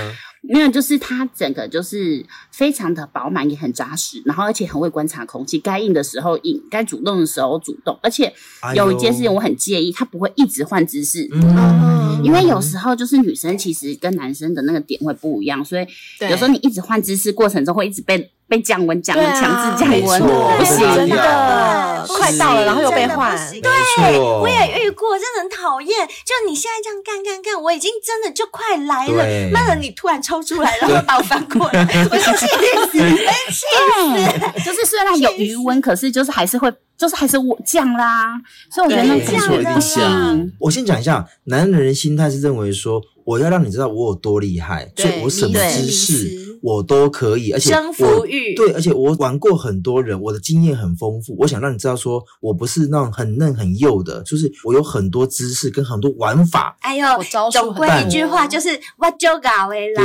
Speaker 5: 没有，就是他整个就是非常的饱满，也很扎实，然后而且很会观察空气，该硬的时候硬，该主动的时候主动，而且
Speaker 3: 哎呦
Speaker 5: 有一件事情我很介意，他不会一直换姿势。
Speaker 1: 嗯
Speaker 5: 因为有时候就是女生其实跟男生的那个点会不一样，所以
Speaker 1: 对
Speaker 5: 有时候你一直换姿势过程中会一直被被降温、降
Speaker 1: 对
Speaker 5: 温、
Speaker 1: 啊
Speaker 5: 强制降
Speaker 3: 没
Speaker 5: 温，
Speaker 3: 错
Speaker 5: 不
Speaker 3: 对
Speaker 5: 行
Speaker 1: 真
Speaker 3: 真
Speaker 1: 的
Speaker 3: 啊
Speaker 2: 的
Speaker 1: 快到了，然后又被换。
Speaker 2: 真的不行
Speaker 3: 没
Speaker 2: 对，
Speaker 3: 错，
Speaker 2: 我也遇过，真的很讨厌。就你现在这样干干干，我已经真的就快来
Speaker 3: 对
Speaker 2: 了，慢了你突然抽出来，然后把我翻过来， 我就气死，气死。
Speaker 5: 对，就是虽然有余温，可是就是还是会，就是还是我降啦，所以我觉得那
Speaker 1: 对
Speaker 5: 个感
Speaker 3: 没错
Speaker 5: 觉
Speaker 3: 一定
Speaker 5: 不
Speaker 3: 降
Speaker 5: 行。
Speaker 3: 我先讲一下，男人的心态是认为说，我要让你知道我有多厉害，
Speaker 1: 对
Speaker 3: 所以我什么
Speaker 5: 对
Speaker 3: 姿
Speaker 1: 迷
Speaker 3: 势
Speaker 1: 失
Speaker 3: 我都可以，而且
Speaker 2: 征服
Speaker 3: 我
Speaker 2: 欲
Speaker 3: 对，而且我玩过很多人，我的经验很丰富。我想让你知道说，我不是那种很嫩很幼的，就是我有很多知识跟很多玩法。
Speaker 2: 哎呦
Speaker 1: 我招，数
Speaker 2: 总归
Speaker 3: 很
Speaker 2: 一句
Speaker 1: 淡
Speaker 2: 话就是我就搞的啦，
Speaker 3: 对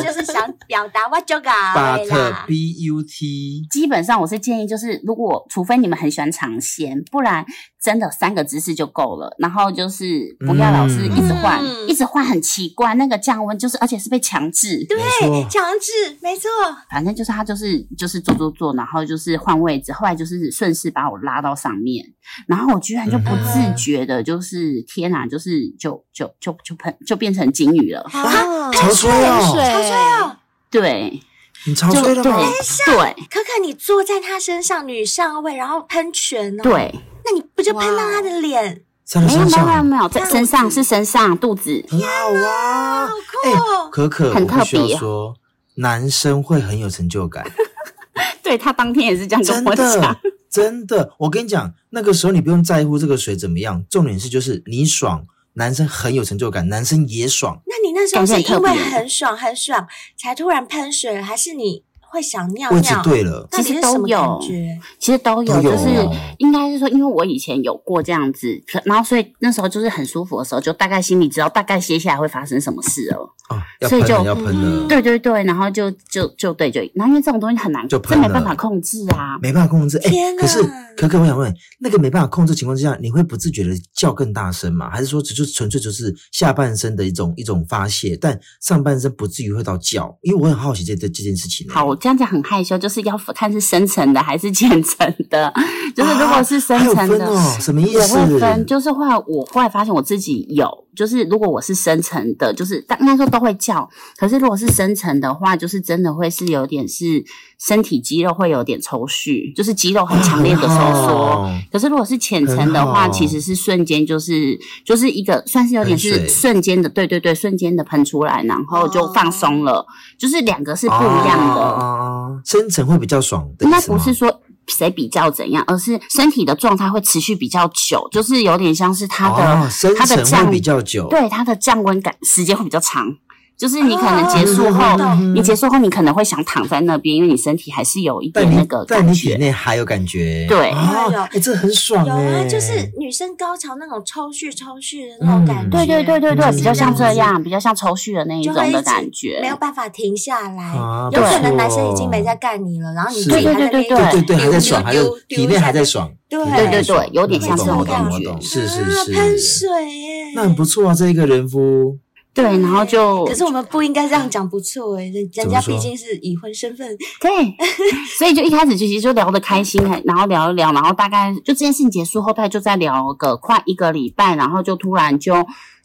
Speaker 2: 就是想表达我就搞的
Speaker 3: But
Speaker 2: 啦。
Speaker 3: B U T，
Speaker 5: 基本上我是建议，就是如果除非你们很喜欢尝鲜，不然真的三个姿势就够了。然后就是不要老是一直换，
Speaker 2: 嗯
Speaker 5: 一直换很奇怪，那个降温就是，而且是被强制。
Speaker 2: 对
Speaker 3: 没错，
Speaker 2: 强制，没错，
Speaker 5: 反正就是他就是就是做做做，然后就是换位置，后来就是顺势把我拉到上面，然后我居然就不
Speaker 3: 嗯
Speaker 5: 自觉的，就是、天哪，就是就就就就喷就变成金鱼了。
Speaker 1: 啊，
Speaker 3: 潮吹哦，
Speaker 2: 好帅哦！
Speaker 5: 对，
Speaker 3: 你潮
Speaker 5: 就
Speaker 3: 吹
Speaker 5: 对
Speaker 3: 了吗？
Speaker 5: 对
Speaker 2: 可可，你坐在他身上，女上位，然后喷泉哦，，
Speaker 5: 对，
Speaker 2: 那你不就喷
Speaker 1: 哇
Speaker 2: 到
Speaker 1: 哦
Speaker 2: 他的脸？
Speaker 3: 在他
Speaker 5: 没
Speaker 3: 身
Speaker 5: 有没有没有
Speaker 3: 上，
Speaker 5: 没有，在身上是身上肚子，
Speaker 3: 很好啊
Speaker 2: 好。酷哦！
Speaker 3: 可可，
Speaker 5: 很
Speaker 3: 我
Speaker 5: 特
Speaker 3: 必须要
Speaker 5: 别啊
Speaker 3: 说，男生会很有成就感，
Speaker 5: 对他当天也是这样
Speaker 3: 真
Speaker 5: 跟我讲
Speaker 3: 的。，真的。我跟你讲，那个时候你不用在乎这个水怎么样，重点是就是你爽，男生很有成就感，男生也爽。
Speaker 2: 那你那时候
Speaker 5: 感
Speaker 2: 是
Speaker 5: 觉很
Speaker 2: 因
Speaker 5: 特
Speaker 2: 为
Speaker 5: 别
Speaker 2: 很爽很爽才突然喷水，还是你会想尿
Speaker 3: 位置
Speaker 2: 尿，
Speaker 3: 对了，
Speaker 2: 到底是什么感觉？
Speaker 5: 其实都有，
Speaker 3: 都有
Speaker 5: 就是
Speaker 3: 哦
Speaker 5: 应该是说，因为我以前有过这样子，可然后所以那时候就是很舒服的时候，就大概心里知道大概接下来会发生什么事了。
Speaker 3: 啊，要
Speaker 5: 所
Speaker 3: 喷
Speaker 5: 以
Speaker 3: 了
Speaker 5: 就
Speaker 3: 要喷了，
Speaker 1: 嗯
Speaker 5: 对对对，然后就就就对就，然后因为这种东西很难，
Speaker 3: 就
Speaker 5: 这
Speaker 3: 喷了
Speaker 5: 没办法控制啊。
Speaker 3: 没办法控制。哎、
Speaker 2: 天哪
Speaker 3: 可是可可，我想问，那个没办法控制的情况之下，你会不自觉的叫更大声吗？还是说只就纯粹就是下半身的一种一种发泄，但上半身不至于会到叫？因为我很好奇这这这件事情、
Speaker 5: 好，我这样讲很害羞，就是要看是深层的 还是浅层的。就是如果是深
Speaker 3: 还有
Speaker 5: 层
Speaker 3: 分
Speaker 5: 的，
Speaker 3: 哦，什么意
Speaker 5: 我
Speaker 3: 思？
Speaker 5: 会分，就是后来我后来发现我自己有，就是如果我是深层的，就是但应该说都会叫，可是如果是深层的话，就是真的会是有点是身体肌肉会有点抽蓄，就是肌肉很强烈的收缩。
Speaker 3: 哦
Speaker 5: 可是如果是浅层的话，
Speaker 3: 很好
Speaker 5: 其实是瞬间就是就是一个算是有点
Speaker 3: 喷水
Speaker 5: 是瞬间的，对对对，瞬间的喷出来，然后就放松了，就是两个是不一样的。
Speaker 3: 哦哦哦哦深层会比较爽的
Speaker 5: 应
Speaker 3: 意
Speaker 5: 该
Speaker 3: 思
Speaker 5: 不
Speaker 3: 吗，哦
Speaker 5: 是说谁比较怎样，而是身体的状态会持续比较久，就是有点像是它的、
Speaker 3: 哦、深
Speaker 5: 它的
Speaker 3: 层
Speaker 5: 降
Speaker 3: 会比较久，
Speaker 5: 对它的降温感时间会比较长。就是你可能
Speaker 2: 哦
Speaker 5: 结束后，
Speaker 2: 我
Speaker 3: 嗯
Speaker 2: 懂
Speaker 5: 你结束后你可能会想躺在那边，因为你身体还是有一
Speaker 3: 但
Speaker 5: 点
Speaker 3: 你
Speaker 5: 那个
Speaker 3: 但你
Speaker 5: 感
Speaker 3: 体
Speaker 5: 觉。
Speaker 3: 内还有感觉，
Speaker 5: 对
Speaker 3: 哦
Speaker 2: 有有
Speaker 3: 哎、这很爽
Speaker 2: 有
Speaker 3: 哎、
Speaker 2: 啊，就是女生高潮那种抽蓄抽蓄的那种感觉，
Speaker 5: 对对对对对，
Speaker 3: 嗯
Speaker 5: 比较像这
Speaker 2: 样子
Speaker 5: 样，比较像抽蓄的那一
Speaker 2: 就
Speaker 5: 种
Speaker 2: 会一
Speaker 5: 的
Speaker 2: 直
Speaker 5: 感觉。
Speaker 2: 没有办法停下来，
Speaker 3: 啊
Speaker 2: 哎有可能
Speaker 3: 不错哦
Speaker 2: 男生已经没在干你了，然后你
Speaker 3: 是
Speaker 2: 自己还在那
Speaker 5: 对对
Speaker 2: 边
Speaker 5: 对
Speaker 3: 对对对，还在
Speaker 2: 丢
Speaker 3: 爽，
Speaker 2: 丢丢
Speaker 3: 还在体
Speaker 2: 丢一
Speaker 3: 内
Speaker 2: 下
Speaker 3: 还在爽，
Speaker 2: 对
Speaker 3: 体内还在
Speaker 5: 对对对
Speaker 3: 爽
Speaker 5: 有点像
Speaker 3: 我
Speaker 5: 这种
Speaker 3: 懂
Speaker 5: 感
Speaker 3: 我
Speaker 5: 觉
Speaker 3: 懂是是
Speaker 2: 啊
Speaker 3: 是，
Speaker 2: 喷水耶，
Speaker 3: 那很不错啊，这一个人夫
Speaker 5: 对，然后就
Speaker 2: 可是我们不应该这样讲，不错哎，人人
Speaker 3: 怎
Speaker 2: 家
Speaker 3: 么说
Speaker 2: 毕竟是已婚身份，
Speaker 5: 对，所以就一开始其实就聊得开心，然后聊一聊，然后大概就这件事情结束后，大概就再聊个快一个礼拜，然后就突然就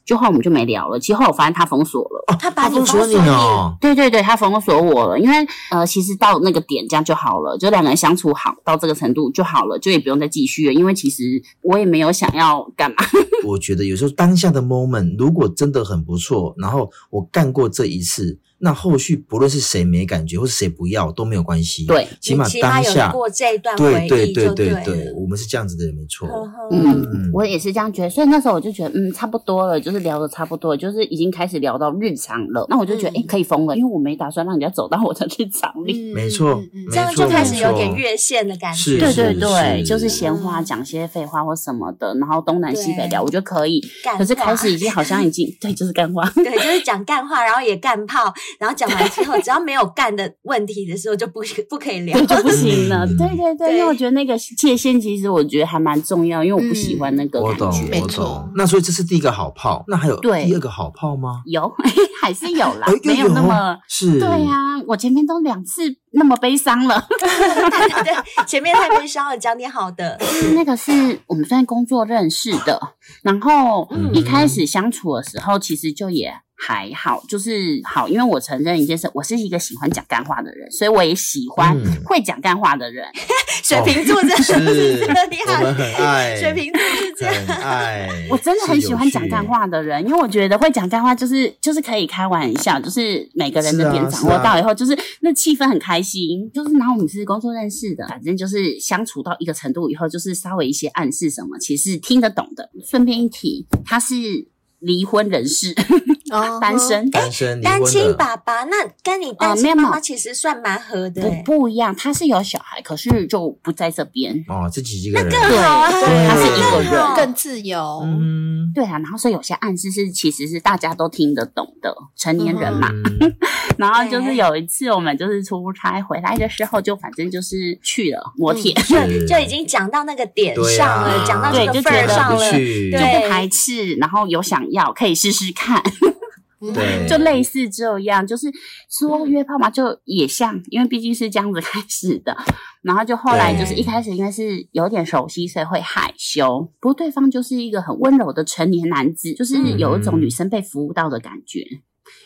Speaker 5: 就后来我们就没聊了。其实后来我发现他封锁了，
Speaker 2: 他把
Speaker 3: 他
Speaker 2: 你封
Speaker 3: 封
Speaker 2: 锁
Speaker 3: 锁你哦，
Speaker 5: 对对对，他封锁我了，因为呃，其实到那个点这样就好了，就两个人相处好到这个程度就好了，就也不用再继续了，因为其实我也没有想要干嘛。
Speaker 3: 我觉得有时候当下的 moment 如果真的很不错，然后我干过这一次，那后续不论是谁没感觉或是谁不要都没有关系，，
Speaker 5: 对，
Speaker 3: 起码
Speaker 2: 你起码
Speaker 3: 当
Speaker 2: 有
Speaker 3: 下，
Speaker 2: 过这一段回
Speaker 3: 对
Speaker 2: 忆
Speaker 3: 对
Speaker 2: 就对
Speaker 3: 对对
Speaker 2: 了
Speaker 3: 对，我们是这样子的人，没错。
Speaker 2: 呵呵
Speaker 5: 嗯，我也是这样觉得，所以那时候我就觉得，嗯，差不多了，就是聊的差不多了，就是已经开始聊到日常了。那我就觉得，
Speaker 2: 嗯
Speaker 5: 哎、可以疯了，因为我没打算让人家走到我的日常 里。
Speaker 1: 嗯
Speaker 3: 没错
Speaker 1: 嗯嗯嗯
Speaker 2: 这样
Speaker 3: 没错
Speaker 2: 就开始有
Speaker 3: 没错
Speaker 2: 点越线的感觉，
Speaker 3: 是
Speaker 5: 对对对，
Speaker 3: 是
Speaker 5: 就是闲话，
Speaker 2: 嗯
Speaker 5: 讲些废话或什么的，然后东南西北聊，
Speaker 2: 对
Speaker 5: 我觉得可以。
Speaker 2: 干
Speaker 5: 可是
Speaker 2: 话
Speaker 5: 开始已经好像已经 对，就是干话。
Speaker 2: 对，就是讲干话，然后也干炮，然后讲完之后，只要没有干的问题的时候，就不不可以聊。
Speaker 5: 对，就不行了。
Speaker 3: 嗯
Speaker 5: 对对对，
Speaker 2: 对
Speaker 5: 因为我觉得那个界限其实我觉得还蛮重要，因为我不喜欢那个
Speaker 3: 嗯我
Speaker 5: 感
Speaker 3: 懂，
Speaker 5: 觉。
Speaker 1: 没
Speaker 3: 我
Speaker 1: 错
Speaker 3: 懂。那所以这是第一个好炮，那还有
Speaker 5: 对
Speaker 3: 第二个好炮吗？
Speaker 5: 有 还是有啦
Speaker 3: 哎，又
Speaker 5: 没有那么。
Speaker 3: 是，
Speaker 5: 对啊 呀、我前面都两次那么悲伤了。
Speaker 2: 对对对，前面太悲伤了，讲点好的。
Speaker 5: 那个是我们算工作认识的，然后
Speaker 3: 嗯
Speaker 5: 一开始相处的时候，其实就也还好，就是好，因为我承认一件事，我是一个喜欢讲干话的人，所以我也喜欢
Speaker 3: 嗯
Speaker 5: 会讲干话的人。
Speaker 2: 水瓶座真的
Speaker 3: 是
Speaker 2: 是这厉
Speaker 3: 我
Speaker 2: 害，
Speaker 3: 们很爱
Speaker 2: 水瓶座是这
Speaker 3: 很
Speaker 2: 样。
Speaker 3: 爱，
Speaker 5: 我真的很喜欢讲
Speaker 3: 是有
Speaker 5: 干
Speaker 3: 趣。
Speaker 5: 话的人，因为我觉得会讲干话就是就是可以开玩笑，就是每个人的点掌
Speaker 3: 是
Speaker 5: 握
Speaker 3: 啊
Speaker 5: 到以后，就是那气氛很开心。就是然后我们是工作认识的，反正就是相处到一个程度以后，就是稍微一些暗示什么，其实听得懂的。顺便一提，他是离婚人士，
Speaker 1: 哦
Speaker 5: 哎单身。
Speaker 3: 单身离婚
Speaker 2: 单
Speaker 3: 的
Speaker 2: 亲爸爸，那跟你单
Speaker 5: 哦没
Speaker 2: 亲
Speaker 5: 有没有
Speaker 2: 妈妈其实算蛮合的
Speaker 5: 不
Speaker 2: 欸，
Speaker 5: 不一样，他是有小孩，可是就不在这边。
Speaker 3: 哦，自己一个人，
Speaker 5: 对，他是一个
Speaker 2: 更好
Speaker 5: 人，
Speaker 1: 更自由，
Speaker 3: 嗯，
Speaker 5: 对啊，然后所以有些暗示是其实是大家都听得懂的成年人嘛。
Speaker 3: 嗯
Speaker 5: 然后就是有一次我们就是出差回来的时候，就反正就是去了摩铁，
Speaker 2: 就就已经讲到那个点
Speaker 3: 对
Speaker 2: 上了，
Speaker 3: 啊
Speaker 2: 讲到这个
Speaker 5: 对就
Speaker 2: 份儿
Speaker 5: 觉得
Speaker 2: 上
Speaker 3: 不
Speaker 2: 了，
Speaker 3: 去，
Speaker 2: 对
Speaker 5: 就不排斥，然后有想要可以试试看，
Speaker 1: 嗯
Speaker 3: 对
Speaker 5: 就类似这样，就是说约炮嘛，就也像，因为毕竟是这样子开始的。然后就后来就是
Speaker 3: 对
Speaker 5: 一开始应该是有点熟悉，所以会害羞。不过对方就是一个很温柔的成年男子，就是有一种女生被服务到的感觉。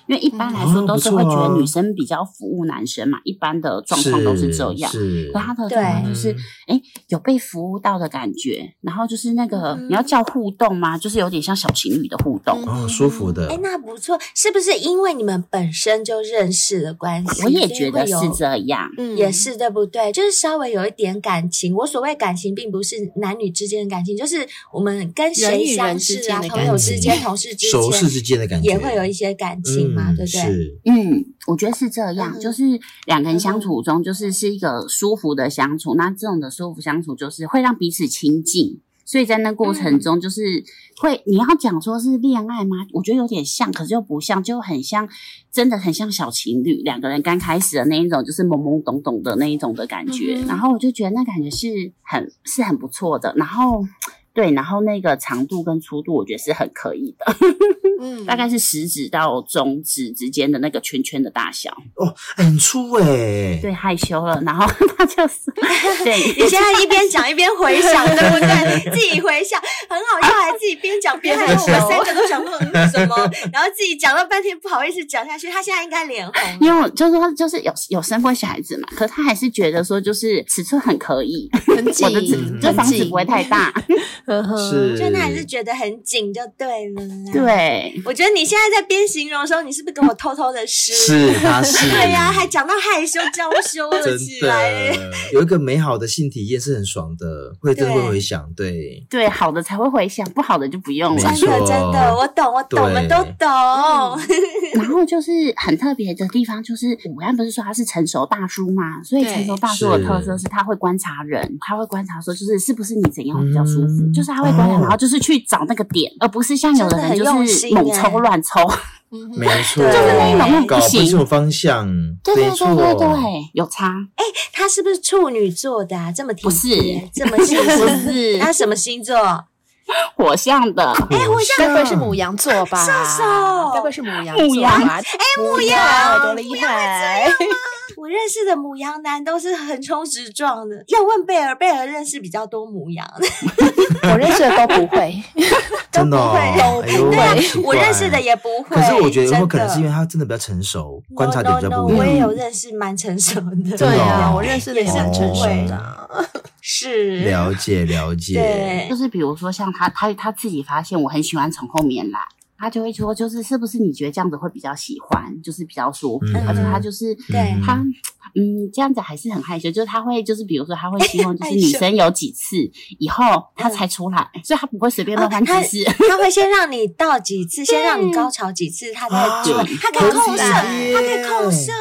Speaker 5: 因为一般来说
Speaker 3: 嗯
Speaker 5: 都是会
Speaker 3: 哦不
Speaker 5: 觉
Speaker 3: 错
Speaker 5: 得
Speaker 3: 啊
Speaker 5: 女生比较服务男生嘛，一般的状况都是这样。
Speaker 3: 是
Speaker 5: 然后他的状况就是
Speaker 3: 对，
Speaker 5: 哎，有被服务到的感觉，然后就是那个、
Speaker 2: 嗯
Speaker 5: 你要叫互动吗？就是有点像小情侣的互动。
Speaker 3: 哦，舒服的
Speaker 2: 哎，，那不错，是不是因为你们本身就认识的关系？
Speaker 5: 我也
Speaker 2: 所以
Speaker 5: 觉得
Speaker 2: 会
Speaker 5: 是
Speaker 2: 有
Speaker 5: 这样，
Speaker 1: 嗯
Speaker 2: 也是对不对？就是稍微有一点感情。我所谓感情，并不是男女之间的感情，就是我们跟
Speaker 1: 人
Speaker 2: 谁
Speaker 1: 与人
Speaker 2: 相
Speaker 1: 之
Speaker 2: 识
Speaker 1: 间
Speaker 2: 啊，
Speaker 1: 的
Speaker 2: 朋友
Speaker 3: 感
Speaker 2: 之
Speaker 3: 情
Speaker 2: 间、同事之
Speaker 3: 熟识
Speaker 2: 间
Speaker 3: 之间的感觉嗯
Speaker 2: 也会有一些感情。性嘛，对不对？
Speaker 3: 是，
Speaker 5: 嗯，我觉得是这样，
Speaker 2: 嗯
Speaker 5: 就是两个人相处中，就是是一个舒服的相处。那这种的舒服相处，就是会让彼此亲近。所以在那
Speaker 2: 嗯
Speaker 5: 过程中，就是会、你要讲说是恋爱吗？我觉得有点像，可是又不像，就很像，真的很像小情侣两个人刚开始的那一种，就是懵懵懂懂的那一种的感觉。
Speaker 2: 嗯哼
Speaker 5: 然后我就觉得那感觉是很是很不错的。然后对，然后那个长度跟粗度，我觉得是很可以的。
Speaker 1: 嗯，
Speaker 5: 大概是食指到中指之间的那个圈圈的大小。
Speaker 3: 哎很粗哎，
Speaker 5: 对，啊害羞了，然后 他就是
Speaker 2: 你
Speaker 5: 对。
Speaker 2: 现在一边讲一边回想，对不对？自己回想很好笑，还自己边讲边害羞。我们三个都想问什么，然后自己讲了半天不好意思讲下去。他现在应该脸红
Speaker 3: 嗯
Speaker 2: 了。
Speaker 5: 因为我就是说，就是有有生过小孩子嘛，可他还是觉得说，就是尺寸很可以，
Speaker 1: 很
Speaker 5: 我的
Speaker 1: 紧
Speaker 5: 子，这房子不会太大。
Speaker 1: 呵呵
Speaker 3: 是，
Speaker 2: 就那还是觉得很紧，就对了啦。，
Speaker 5: 对，
Speaker 2: 我觉得你现在在边形容的时候，你是不是跟我偷偷的诗？
Speaker 3: 是，他是，
Speaker 2: 对呀、还讲到害羞娇羞了
Speaker 3: 真
Speaker 2: 起来。
Speaker 3: 的有一个美好的性体验是很爽的，会真的会回想，对，
Speaker 5: 对，好的才会回想，不好的就不用
Speaker 3: 没
Speaker 5: 了
Speaker 2: 真。
Speaker 3: 错嗯
Speaker 2: 的真的，我懂，我懂，我们都懂。
Speaker 5: 然后就是很特别的地方，就是我刚刚不是说他是成熟大叔嘛，所以
Speaker 1: 对
Speaker 5: 成熟大叔的特色
Speaker 3: 是
Speaker 5: 是他会观察人，他会观察说就是是不是你怎样会比较舒服，
Speaker 3: 嗯
Speaker 5: 就是他会观察，
Speaker 3: 哦
Speaker 5: 然后就是去找那个点，而不是像有的人就
Speaker 2: 真的很用
Speaker 5: 是
Speaker 2: 心
Speaker 5: 猛
Speaker 2: 欸
Speaker 5: 抽乱抽。
Speaker 1: 嗯
Speaker 3: 没
Speaker 1: 哼
Speaker 3: 错，
Speaker 2: 就是那一
Speaker 5: 种那种
Speaker 3: 搞
Speaker 5: 不行
Speaker 3: 不清楚方向，
Speaker 5: 对对
Speaker 3: 没
Speaker 5: 对
Speaker 3: 错
Speaker 5: 对对，有差，
Speaker 2: 他是不是处女座的、啊？这么体贴，这么细
Speaker 5: 不
Speaker 2: 心。
Speaker 5: 是
Speaker 2: 他什么星座？
Speaker 5: 火象的，
Speaker 3: 哎
Speaker 1: 我该不会是母羊座吧？
Speaker 2: 射手
Speaker 1: 该不会是母羊
Speaker 5: 母
Speaker 1: 座
Speaker 5: 羊
Speaker 1: 吧？哎，母
Speaker 2: 羊
Speaker 1: 多厉害！
Speaker 2: 我认识的母羊男都是横冲直撞的。要问贝尔，贝尔认识比较多母羊。
Speaker 1: 我认识的都不 会，
Speaker 3: 真的哦，
Speaker 2: 都
Speaker 3: 哎呦
Speaker 2: 对啊
Speaker 3: 好奇，
Speaker 2: 我
Speaker 3: 怪
Speaker 2: 认识的也不会。
Speaker 3: 可是我觉得有
Speaker 2: 真
Speaker 3: 可能是因为
Speaker 2: 的
Speaker 3: 他真的比较成熟，
Speaker 2: No,
Speaker 3: 观察点比较
Speaker 2: no,
Speaker 3: 不
Speaker 2: no，
Speaker 3: 一
Speaker 2: 我
Speaker 3: 样。
Speaker 2: 也有认识蛮成熟的。
Speaker 3: 真的
Speaker 1: 对
Speaker 3: 哦
Speaker 1: 啊，我认识的
Speaker 2: 也
Speaker 1: 也
Speaker 2: 是
Speaker 1: 蛮成熟
Speaker 2: 会
Speaker 1: 的啊。
Speaker 2: 是
Speaker 3: 了解了解，嗯
Speaker 2: 对
Speaker 5: 就，是比如说像他，他他自己发现我很喜欢从后面来，他就会说，就是是不是你觉得这样子会比较喜欢，就是比较舒服，
Speaker 3: 嗯
Speaker 5: 而且他就是
Speaker 2: 对
Speaker 5: 他
Speaker 3: 嗯
Speaker 5: 嗯这样子还是很害羞，就是他会就是比如说他会希 望就
Speaker 2: 害
Speaker 5: 是
Speaker 2: 羞
Speaker 5: 女生有几次以
Speaker 3: 嗯
Speaker 5: 后他才出来，所以他不会随便
Speaker 3: 哦
Speaker 5: 乱换姿势，
Speaker 2: 他会先让你到几次，先让你高潮几次，他再
Speaker 3: 啊
Speaker 2: 做。
Speaker 5: 对
Speaker 2: 他可以控射，
Speaker 1: 好
Speaker 3: 体贴
Speaker 2: 他可以控射，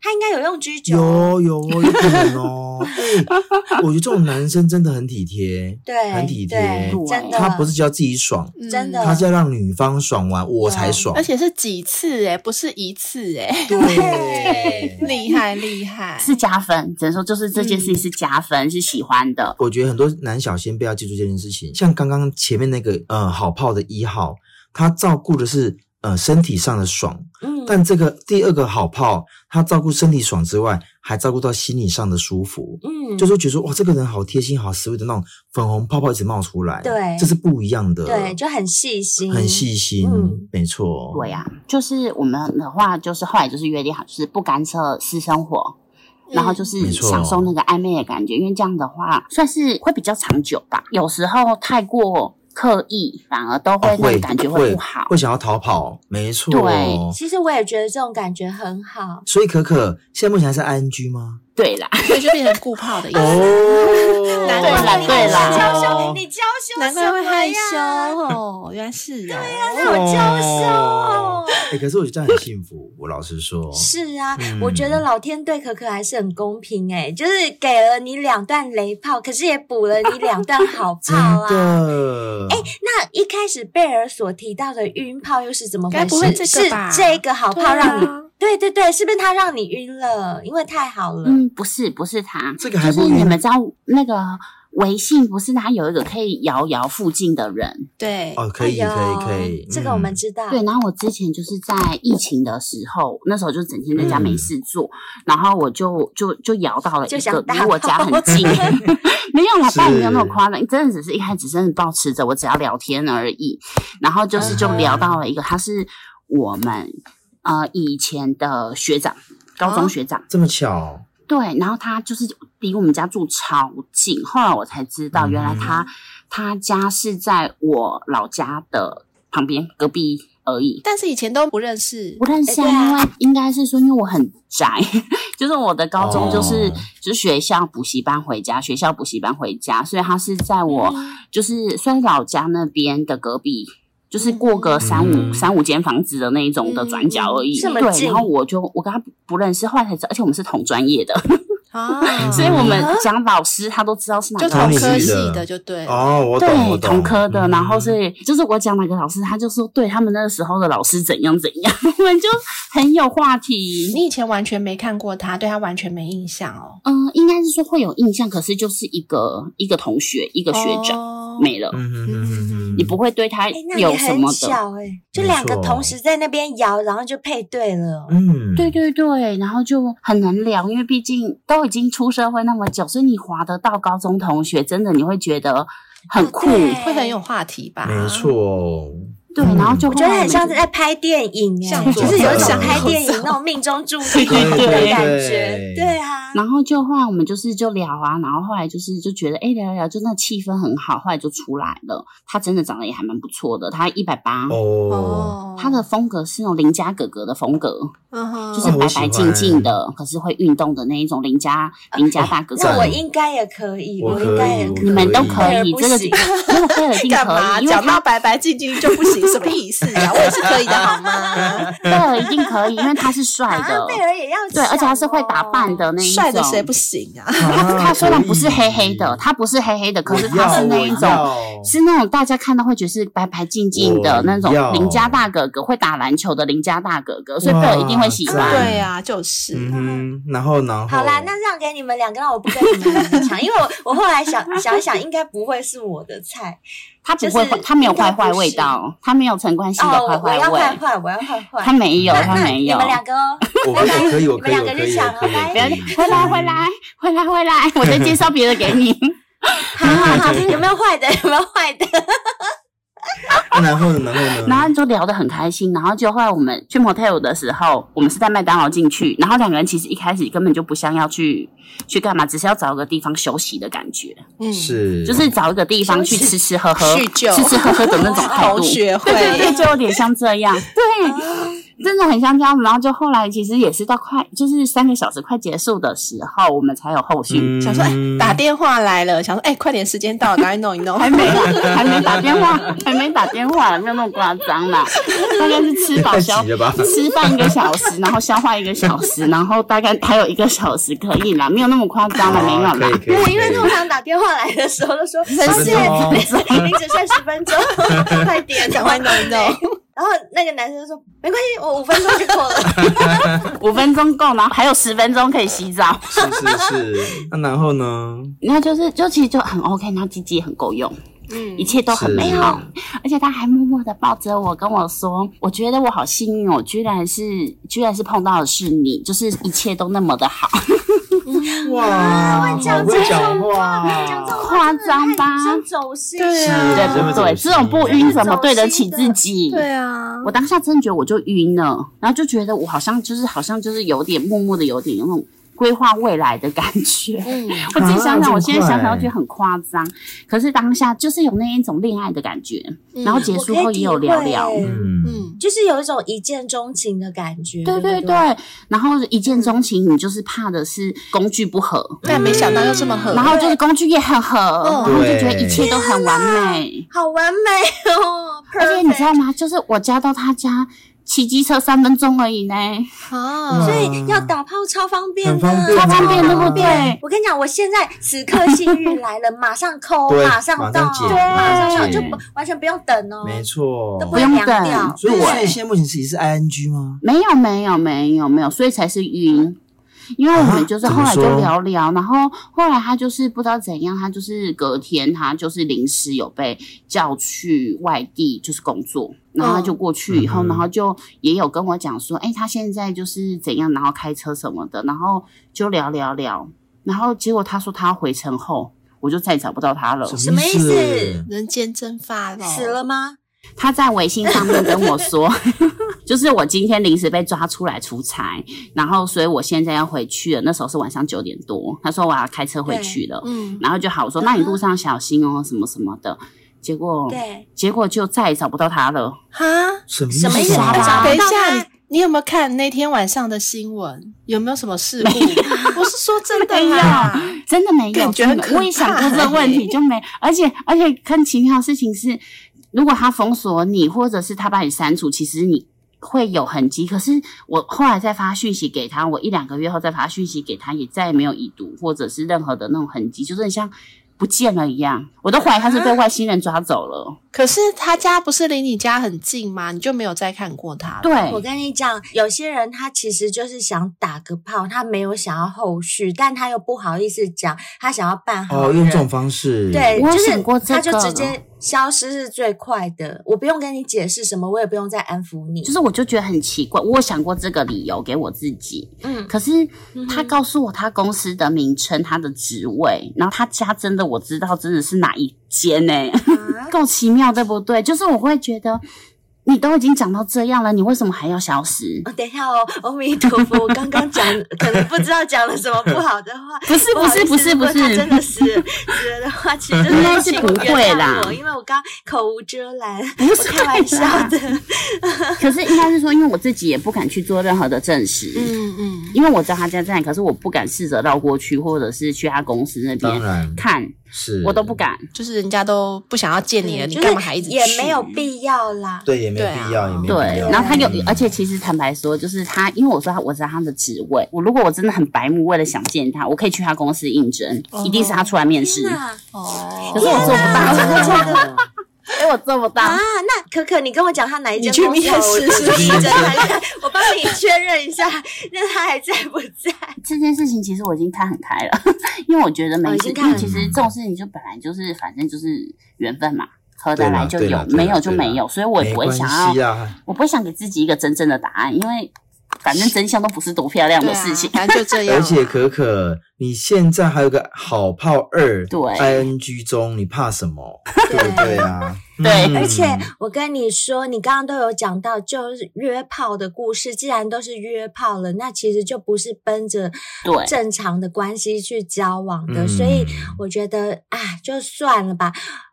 Speaker 2: 他应该有用 G 九。
Speaker 3: 有有哦，有可能哦。 哎我觉得这种男生真的很体贴，
Speaker 2: 对，
Speaker 3: 很体贴
Speaker 2: 对
Speaker 5: 对
Speaker 2: 真的，
Speaker 3: 他不是只要自己爽，
Speaker 1: 嗯
Speaker 2: 真的
Speaker 3: 他是要让女方爽完我才爽
Speaker 1: 而。且是几次哎，不是一次哎，
Speaker 2: 对，
Speaker 1: 厉害厉害！
Speaker 5: 是加分，只能说就是这件
Speaker 3: 嗯
Speaker 5: 事情是加分，是喜欢的。
Speaker 3: 我觉得很多男小先辈要记住这件事情，像刚刚前面那个呃好炮的一号，他照顾的是呃身体上的爽，
Speaker 2: 嗯，
Speaker 3: 但这个第二个好炮，他照顾身体爽之外，还照顾到心理上的舒服。
Speaker 2: 嗯，
Speaker 3: 就是觉得说哇，这个人好贴心、好 sweet 的那种粉红泡泡一直冒出来，
Speaker 2: 对
Speaker 3: 这是不一样的，
Speaker 2: 对，就很细心，
Speaker 3: 很细心，
Speaker 2: 嗯
Speaker 3: 没错，
Speaker 5: 对呀、就是我们的话，就是后来就是约定好，就是不干涉私生活，然后就是
Speaker 3: 嗯没错
Speaker 5: 享受那个暧昧的感觉，因为这样的话算是会比较长久吧。有时候太过刻意，反而都
Speaker 3: 哦
Speaker 5: 会那
Speaker 3: 会
Speaker 5: 个啊感觉
Speaker 3: 会
Speaker 5: 不好。
Speaker 3: 会想要逃跑，没错，哦
Speaker 5: 对
Speaker 2: 其实我也觉得这种感觉很好。
Speaker 3: 所以可可现在目前还是 ING 吗？
Speaker 5: 对啦，
Speaker 1: 嗯所以就变成顾炮的意思。
Speaker 3: 哦
Speaker 1: 难
Speaker 5: 怪啦
Speaker 2: 你
Speaker 5: 对啦
Speaker 2: 娇羞，你娇羞
Speaker 1: 难怪会
Speaker 2: 什么
Speaker 1: 害
Speaker 2: 呀
Speaker 1: 羞哦，原来是哦。
Speaker 2: 那种娇羞哦
Speaker 3: 哦。哎、可是我觉得这样很幸福，我老实说，
Speaker 2: 是啊，
Speaker 3: 嗯
Speaker 2: 我觉得老天对可可还是很公平哎、就是给了你两段雷炮，可是也补了你两段好
Speaker 3: 真
Speaker 2: 炮啊。
Speaker 3: 的，哎、
Speaker 2: 那一开始贝尔所提到的晕炮又是怎么回事？
Speaker 1: 该不会这个吧
Speaker 2: 是这个好炮
Speaker 1: 对啊
Speaker 2: 让你对对对，是不是他让你晕了？因为太好了，
Speaker 5: 嗯，不是不是他，
Speaker 3: 这个还
Speaker 5: 就
Speaker 3: 不
Speaker 5: 是
Speaker 3: 晕
Speaker 5: 你们知道那个微信不是他有一个可以摇摇附近的人，
Speaker 1: 对，啊
Speaker 3: 哦，可以，
Speaker 2: 哎呦
Speaker 3: 可以，可以，
Speaker 2: 这个我们
Speaker 3: 嗯
Speaker 2: 知道。
Speaker 5: 对，然后我之前就是在疫情的时候，那时候就整天在家没
Speaker 3: 嗯
Speaker 5: 事做，然后我就就就摇到了
Speaker 2: 就
Speaker 5: 一
Speaker 2: 想
Speaker 5: 个
Speaker 2: 打
Speaker 5: 离我家很
Speaker 2: 炮
Speaker 5: 近， 没有啦，
Speaker 3: 是
Speaker 5: 当然没有那么夸张，真的只是一开始真的保持着我只要聊天而已，然后就是就聊
Speaker 3: 嗯
Speaker 5: 到了一个，他是我们呃以前的学长，高中
Speaker 1: 哦
Speaker 5: 学长，
Speaker 3: 这么巧，
Speaker 5: 对，然后他就是离我们家住超近，后来我才知道，原
Speaker 3: 嗯
Speaker 5: 来他、他家是在我老家的旁边隔壁而已。
Speaker 1: 但是以前都不认识
Speaker 5: 不。认识
Speaker 2: 哎对啊
Speaker 5: 啊，因为应该是说，因为我很宅， 就是我的高中就是、
Speaker 3: 哦
Speaker 5: 就是学校补习班回家，学
Speaker 2: 嗯
Speaker 5: 校补习班回家，所以他是在我、就是算是老家那边的隔壁就是过个三五、
Speaker 3: 嗯
Speaker 5: 三五间房子的那一种的转角而已。
Speaker 2: 嗯这么
Speaker 5: 对，
Speaker 2: 近
Speaker 5: 然后我就我跟他不不认识，后来才知道，而且我们是同专业的，
Speaker 1: 啊，
Speaker 5: 所以我
Speaker 2: 嗯
Speaker 5: 们讲老师他都知道是哪
Speaker 1: 就
Speaker 5: 个
Speaker 1: 同
Speaker 5: 老
Speaker 1: 科
Speaker 5: 师。
Speaker 1: 系
Speaker 3: 的
Speaker 1: 的就对了。
Speaker 3: 哦，我懂，我
Speaker 5: 呃对，
Speaker 3: 懂，
Speaker 5: 同科的，然后
Speaker 3: 嗯
Speaker 5: 所以就是我讲哪个老师，他就说对他们那时候的老师怎样怎样， 我们就很有话题。
Speaker 1: 你以前完全没看过他，对他完全没印象哦。
Speaker 5: 嗯、应该是说会有印象，可是就是一个一个同学，一个学长、
Speaker 1: 长
Speaker 5: 没了，
Speaker 3: 嗯哼哼哼哼，
Speaker 5: 你不会对他
Speaker 2: 哦哎，那也
Speaker 5: 有什
Speaker 2: 很
Speaker 5: 么的。
Speaker 2: 巧哎，就
Speaker 3: 没
Speaker 2: 两个同
Speaker 3: 错
Speaker 2: 时在那边摇，然后就配对了。哦
Speaker 3: 嗯，
Speaker 5: 对对对，然后就很能聊，因为毕竟都已经出社会那么久，所以你划得到高中同学，真的你会觉得很酷。
Speaker 2: 对
Speaker 1: 会很有话题吧？
Speaker 3: 没。错，
Speaker 2: 嗯
Speaker 5: 对，然后就
Speaker 2: 我觉得
Speaker 5: 后来
Speaker 2: 很像
Speaker 5: 我
Speaker 2: 是
Speaker 3: 嗯
Speaker 5: 们
Speaker 2: 在拍电影
Speaker 1: 向
Speaker 2: 哎，
Speaker 1: 左
Speaker 2: 就是有一
Speaker 3: 走
Speaker 2: 种
Speaker 3: 向
Speaker 2: 拍
Speaker 3: 右
Speaker 2: 电影
Speaker 1: 走
Speaker 2: 那种命中注定
Speaker 5: 对
Speaker 2: 的
Speaker 5: 对
Speaker 2: 感
Speaker 3: 对
Speaker 2: 觉。
Speaker 3: 对
Speaker 2: 对啊，
Speaker 5: 然后就后来我们就是就聊啊，然后后来就是就觉得哎聊一聊，就那气氛很好，后来就出来了。他真的长得也还蛮不错的，他一百八，
Speaker 3: 哦，
Speaker 1: 哦，
Speaker 5: 他的风格是那种邻家哥哥的风格，
Speaker 1: 嗯哼，
Speaker 5: 就是
Speaker 3: 哦我
Speaker 5: 白
Speaker 3: 喜
Speaker 5: 白
Speaker 3: 欢啊
Speaker 5: 净净的，可是会运动的那一种邻家邻家大哥哥。
Speaker 2: 那我
Speaker 3: 哦赞
Speaker 2: 应该也可以，
Speaker 3: 我
Speaker 2: 应
Speaker 3: 可
Speaker 2: 该
Speaker 3: 以
Speaker 2: 也
Speaker 3: 我
Speaker 2: 可以，
Speaker 5: 你们都
Speaker 3: 可
Speaker 5: 可以，
Speaker 2: 贝尔
Speaker 5: 这
Speaker 2: 不行
Speaker 5: 个 那个贝尔一定
Speaker 1: 干
Speaker 5: 可
Speaker 1: 嘛
Speaker 5: 以，因为
Speaker 1: 讲
Speaker 5: 他
Speaker 1: 到白白净净就不行？什么意思呀、啊？我也是可以的好吗？
Speaker 5: 贝尔一定可以，因为他是帅
Speaker 2: 啊
Speaker 5: 的，
Speaker 2: 贝尔也要哦
Speaker 5: 对，而且他是会打扮的 那一种。
Speaker 1: 帅的谁不行啊？
Speaker 5: 他他虽然不是黑黑
Speaker 3: 啊
Speaker 5: 的，他不是黑黑的，可是
Speaker 3: 我要
Speaker 5: 他是那一
Speaker 3: 我
Speaker 5: 种。
Speaker 2: 哦
Speaker 3: 要
Speaker 5: 是那种大家看到会觉得是白白净净的
Speaker 3: 我
Speaker 5: 那种
Speaker 3: 要
Speaker 5: 邻家大哥哥，会打篮球的邻家大哥哥，所以贝
Speaker 3: 哇
Speaker 5: 尔一定会喜
Speaker 3: 赞
Speaker 5: 欢。
Speaker 1: 对呀、啊，就是。
Speaker 3: 嗯哼，然后然后
Speaker 2: 好啦，那让给你们两个，让我不跟你们两个抢，因为我我后来想想一想，应该不会是我的菜
Speaker 5: 他不会
Speaker 2: 就是，
Speaker 5: 他没有
Speaker 2: 应该
Speaker 5: 坏
Speaker 2: 不
Speaker 5: 坏味
Speaker 2: 是
Speaker 5: 道，他没有陈冠希的
Speaker 2: 哦
Speaker 5: 坏，
Speaker 2: 我要坏
Speaker 5: 味，
Speaker 2: 坏，我要坏坏。
Speaker 5: 他没有，
Speaker 2: 那
Speaker 5: 他
Speaker 2: 那
Speaker 5: 没有
Speaker 2: 你。们两个哦，
Speaker 3: 我可以我可以我可以
Speaker 2: 你们两个
Speaker 3: 我可
Speaker 2: 就哦抢
Speaker 3: 以我可以
Speaker 2: 了
Speaker 3: 我
Speaker 5: 不要
Speaker 3: 可
Speaker 5: 再
Speaker 3: 以，
Speaker 5: 回来回来回 来回来，我再介绍别的给你。
Speaker 2: 好好好， 有没有坏的？有没有坏的？
Speaker 3: 那嗯然后呢然后呢，
Speaker 5: 然后就聊得很开心，然后就后来我们去 motel 的时候，我们是在麦当劳进去，然后两个人其实一开始根本就不想要去去干嘛，只是要找个地方休息的感觉，
Speaker 1: 嗯，
Speaker 3: 是
Speaker 5: 就是找一个地方
Speaker 2: 休
Speaker 5: 去
Speaker 2: 息
Speaker 5: 吃吃喝喝、
Speaker 1: 叙旧
Speaker 5: 吃吃喝喝的那种态度
Speaker 1: 同。学会啊
Speaker 5: 对对对，就有点像这样，对，真的很像这样子。然后就后来其实也是到快，就是三个小时快结束的时候，我们才有后
Speaker 3: 嗯
Speaker 5: 续。
Speaker 1: 想说，哎、打电话来了，想说，哎、快点，时间到了，赶快弄一弄。
Speaker 5: 还没还没打电话，还没打电话，没有那么夸张啦。大概是吃饱
Speaker 3: 太急
Speaker 5: 消
Speaker 3: 了吧？
Speaker 5: 吃饭一个小时，然后消化一个小时，然后大概还有一个小时可以啦，没有那么夸张了，没有
Speaker 3: 啊可以
Speaker 5: 啦。
Speaker 3: 可以可
Speaker 2: 对，
Speaker 3: 以，
Speaker 2: 因为通常打电话来的时候都 说，抱
Speaker 3: 分
Speaker 2: 歉，
Speaker 3: 钟
Speaker 2: 你只剩十分钟，快点，
Speaker 1: 赶快弄一弄。
Speaker 2: 然后那个男生就说没关系，我五分钟就 哎够了。
Speaker 5: 五分钟够，然后还有十分钟可以洗澡，
Speaker 3: 是是是，那然 后呢？
Speaker 5: 然后就是就其实就很 OK，然后鸡鸡也很够用，
Speaker 1: 嗯
Speaker 5: 一切都很美好
Speaker 3: 是，
Speaker 5: 而且他还默默的抱着我跟我说，我觉得我好幸运哦，居然是居然是碰到的是你，就是一切都那么的好，
Speaker 3: 哇，
Speaker 2: 会讲
Speaker 3: 好会
Speaker 2: 这
Speaker 3: 讲
Speaker 2: 种
Speaker 3: 话，
Speaker 2: 讲这种
Speaker 5: 夸
Speaker 2: 话真的
Speaker 5: 张吧
Speaker 2: 太很走心，
Speaker 1: 对啊
Speaker 5: 对
Speaker 3: 真的
Speaker 5: 不
Speaker 3: 走
Speaker 5: 对？
Speaker 3: 心
Speaker 5: 这种不晕怎么对得起自己？
Speaker 1: 对啊，
Speaker 5: 我当下真的觉得我就晕了，然后就觉得我好像就是好像就是有点默默的有点那种规划未来的感觉。
Speaker 1: 嗯，
Speaker 5: 我自己
Speaker 3: 啊
Speaker 5: 想
Speaker 3: 这
Speaker 5: 想，
Speaker 3: 么
Speaker 5: 我现在想
Speaker 3: 快
Speaker 5: 想，我觉得很夸张。可是当下就是有那一种恋爱的感觉，
Speaker 1: 嗯
Speaker 5: 然后结
Speaker 2: 我
Speaker 5: 束
Speaker 2: 可以
Speaker 5: 后也
Speaker 2: 体
Speaker 5: 有
Speaker 2: 会
Speaker 5: 聊聊。
Speaker 3: 嗯，
Speaker 1: 嗯，
Speaker 2: 就是有一种一见钟情的感觉。
Speaker 5: 对对
Speaker 2: 对不
Speaker 5: 对，然后一见钟情，你就是怕的是工具不合，
Speaker 1: 但没想到又这么合。
Speaker 5: 嗯然后就是工具也很合，
Speaker 2: 嗯
Speaker 5: 然后就觉得一切都很完美。
Speaker 2: 好完美哦！
Speaker 5: 而且你知
Speaker 2: perfect
Speaker 5: 道吗？就是我家到他家骑机车三分钟而已呢，嗯
Speaker 1: 啊，
Speaker 3: 嗯
Speaker 2: 所以要打炮超方便的，
Speaker 3: 很方便
Speaker 5: 超方便，对不
Speaker 3: 方
Speaker 5: 对？
Speaker 2: 我跟你讲，我现在此刻幸运来了，马上抠，
Speaker 3: 对
Speaker 2: 哦马上
Speaker 3: 马
Speaker 2: 到，
Speaker 3: 上解
Speaker 2: 马上
Speaker 3: 马
Speaker 2: 上
Speaker 3: 上
Speaker 2: 就
Speaker 3: 解
Speaker 2: 不
Speaker 5: 嗯
Speaker 2: 完全不用等哦，
Speaker 3: 没错
Speaker 2: 都。不
Speaker 5: 不
Speaker 2: 会
Speaker 5: 用
Speaker 2: 凉
Speaker 5: 等
Speaker 2: 掉。
Speaker 3: 所以
Speaker 2: 对
Speaker 3: 所以现在目前其实是 ing 吗？
Speaker 5: 没有没有没有没有，所以才是晕。因为我们就是后来就聊聊，然后后来他就是不知道怎样，他就是隔天他就是临时有被叫去外地就是工作，然后他就过去以后，
Speaker 3: 嗯
Speaker 5: 然后就也有跟我讲说，哎、他现在就是怎样，然后开车什么的，然后就聊聊聊，然后结果他说他回程后，我就再也找不到他了。
Speaker 2: 什么意思
Speaker 1: 人间蒸发了，
Speaker 2: 死了吗？
Speaker 5: 他在微信上面跟我说， 就是我今天临时被抓出来出差，然后所以我现在要回去了。那时候是晚上九点多，他说我要开车回去了，
Speaker 1: 嗯，
Speaker 5: 然后就好我说那你路上小心哦，什么什么的。结
Speaker 3: 哦
Speaker 5: 果
Speaker 2: 对，
Speaker 5: 结果就再也找不到他了。
Speaker 1: 哈，
Speaker 3: 什么
Speaker 2: 什么意思？
Speaker 5: 是啊
Speaker 2: 还找
Speaker 1: 等
Speaker 2: 不
Speaker 1: 一
Speaker 2: 到
Speaker 1: 下，
Speaker 2: 他
Speaker 1: 你？你有没有看那天晚上的新闻？有没有什么事故？我是说真的啦，
Speaker 5: 真的没有，
Speaker 1: 感觉
Speaker 5: 真的
Speaker 1: 很
Speaker 5: 没有我也
Speaker 1: 可怕
Speaker 5: 想过这个问题，
Speaker 1: 欸
Speaker 5: 就没，而且而且更奇妙的事情是，如果他封锁你，或者是他把你删除，其实你会有痕迹。可是我后来再发讯息给他，我一两个月后再发讯息给他，也再也没有已读或者是任何的那种痕迹，就是很像不见了一样。我都怀疑他是被外星人抓走了。
Speaker 1: 可是他家不是离你家很近吗？你就没有再看过他了？
Speaker 5: 对，
Speaker 2: 啊我跟你讲，有些人他其实就是想打个炮，他没有想要后续，但他又不好意思讲，他想要办好
Speaker 3: 哦，用这
Speaker 2: 人
Speaker 3: 种方式，
Speaker 2: 对，
Speaker 5: 我有
Speaker 2: 就是
Speaker 5: 想过这
Speaker 2: 他就
Speaker 5: 个
Speaker 2: 直接消失是最快的，我不用跟你解释什么，我也不用再安抚你，
Speaker 5: 就是我就觉得很奇怪，我有想过这个理由给我自己，
Speaker 2: 嗯，
Speaker 5: 可是他
Speaker 2: 嗯哼
Speaker 5: 告诉我他公司的名称、他的职位，然后他家真的我知道真的是哪一间呢、
Speaker 2: 啊
Speaker 5: 够奇妙，对不对？就是我会觉得，你都已经讲到这样了，你为什么还要消失？
Speaker 2: 哦，等一下哦，阿弥陀佛，我刚刚讲可能不知道讲了什么 不好的话，
Speaker 5: 不是
Speaker 2: 好
Speaker 5: 不
Speaker 2: 意
Speaker 5: 是
Speaker 2: 思
Speaker 5: 不是不
Speaker 2: 如果他真
Speaker 5: 是，
Speaker 2: 的 死了死了的话，其实
Speaker 5: 应该是
Speaker 2: 请
Speaker 5: 不
Speaker 2: 原
Speaker 5: 会
Speaker 2: 谅
Speaker 5: 啦
Speaker 2: 我因为我刚口无遮拦，
Speaker 5: 不
Speaker 2: 我
Speaker 5: 是
Speaker 2: 开玩笑
Speaker 5: 啦
Speaker 2: 的，
Speaker 5: 可是应该是说，因为我自己也不敢去做任何的证实。
Speaker 1: 嗯嗯，
Speaker 5: 因为我知道他家在哪，可是我不敢试着绕过去，或者是去他公司那
Speaker 3: 当
Speaker 5: 边
Speaker 3: 然
Speaker 5: 看，
Speaker 3: 是，
Speaker 5: 我都不。敢。
Speaker 1: 就是人家都不想要见你了，你
Speaker 2: 嗯就是
Speaker 1: 干嘛还一直去？
Speaker 2: 也没有必要啦，
Speaker 3: 对，也没有
Speaker 1: 对啊
Speaker 3: 必要，也没有必
Speaker 5: 对，
Speaker 3: 要。
Speaker 5: 然后他有，
Speaker 3: 嗯
Speaker 5: 而且其实坦白说，就是他，因为我说他，我知道他的职位，我如果我真的很白目，为了想见他，我可以去他公司应征，一定是他出来面试。
Speaker 2: 哦天哪
Speaker 1: 哦，
Speaker 5: 可是我做不到，
Speaker 2: 天 哪真的假的
Speaker 5: 因为我做不到。
Speaker 2: 啊，那可可，你跟我讲他哪一间
Speaker 1: 你去
Speaker 2: 公司啊
Speaker 1: 面
Speaker 2: 我
Speaker 1: 试
Speaker 2: 我
Speaker 1: 是
Speaker 2: 去应征还在，我帮你确认一下，那他还在不在？
Speaker 5: 这件事情其实我已经看很开了， 因为我觉得没
Speaker 2: 哦已
Speaker 5: 事，
Speaker 2: 经
Speaker 5: 因
Speaker 2: 看
Speaker 5: 为
Speaker 2: 很
Speaker 5: 其实这种事情就本来就是，反正就是缘分嘛，合得
Speaker 3: 对啦
Speaker 5: 来就
Speaker 3: 对
Speaker 5: 有
Speaker 3: 啦，对啦
Speaker 5: 没有就
Speaker 3: 对啦
Speaker 5: 没有，所以我也
Speaker 3: 没
Speaker 5: 不会
Speaker 3: 关
Speaker 5: 想要
Speaker 3: 系，啊，
Speaker 5: 我不会想给自己一个真正的答案，因为反正真相都不是多漂亮
Speaker 1: 对
Speaker 5: 的
Speaker 1: 啊
Speaker 5: 事情。
Speaker 1: 反正就这样。
Speaker 3: 而且可可，你现在还有个好炮二，
Speaker 5: 对
Speaker 3: ，ing 中，你怕什么？对不 对啊？
Speaker 5: 对
Speaker 3: 嗯
Speaker 2: 而且我跟你说，你刚刚都有讲到，就是约炮的故事。既然都是约炮了，那其实就不是奔着
Speaker 5: 对
Speaker 2: 正常的关系去交往的，
Speaker 3: 嗯
Speaker 2: 所以我觉得啊，就算了吧。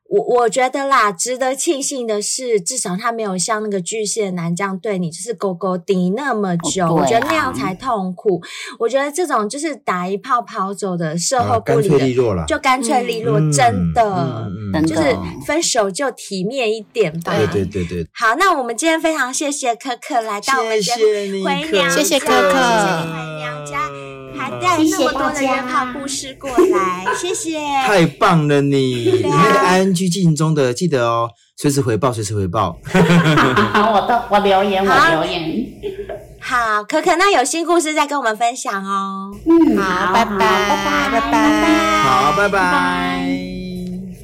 Speaker 2: 我我觉得啦，值得庆幸的是，至少他没有像那个巨蟹男这样对你，就是勾勾顶那么久。
Speaker 5: 哦对啊
Speaker 2: 我觉得那样才痛苦。我觉得这种就是打一炮跑走的，事
Speaker 3: 啊
Speaker 2: 后不
Speaker 3: 干
Speaker 2: 理
Speaker 3: 脆利
Speaker 2: 的，
Speaker 3: 落啦，
Speaker 2: 就干脆利落，
Speaker 3: 嗯
Speaker 2: 真的。
Speaker 3: 嗯嗯嗯
Speaker 2: 就
Speaker 5: 真的哦
Speaker 2: 是分手就体面一点吧。
Speaker 3: 对对对对，
Speaker 2: 好，那我们今天非常谢谢可可来到我们节目，
Speaker 3: 你
Speaker 2: 回
Speaker 3: 可
Speaker 2: 娘
Speaker 1: 谢谢
Speaker 2: 家
Speaker 1: 可可
Speaker 2: 谢谢你回娘家，还带那么多的约炮故事过来，谢谢。
Speaker 3: 太棒了你！你
Speaker 2: 对啊
Speaker 3: 那个 ING 进中的，记得哦，随时回报，随时回报。
Speaker 2: 啊
Speaker 5: 好， 我到我留言，我
Speaker 2: 好
Speaker 5: 留言。
Speaker 2: 好，可可，那有新故事再跟我们分享哦。
Speaker 5: 嗯，
Speaker 1: 好，拜拜，
Speaker 5: 拜拜，
Speaker 1: 拜拜。
Speaker 3: 好，拜拜
Speaker 5: 拜。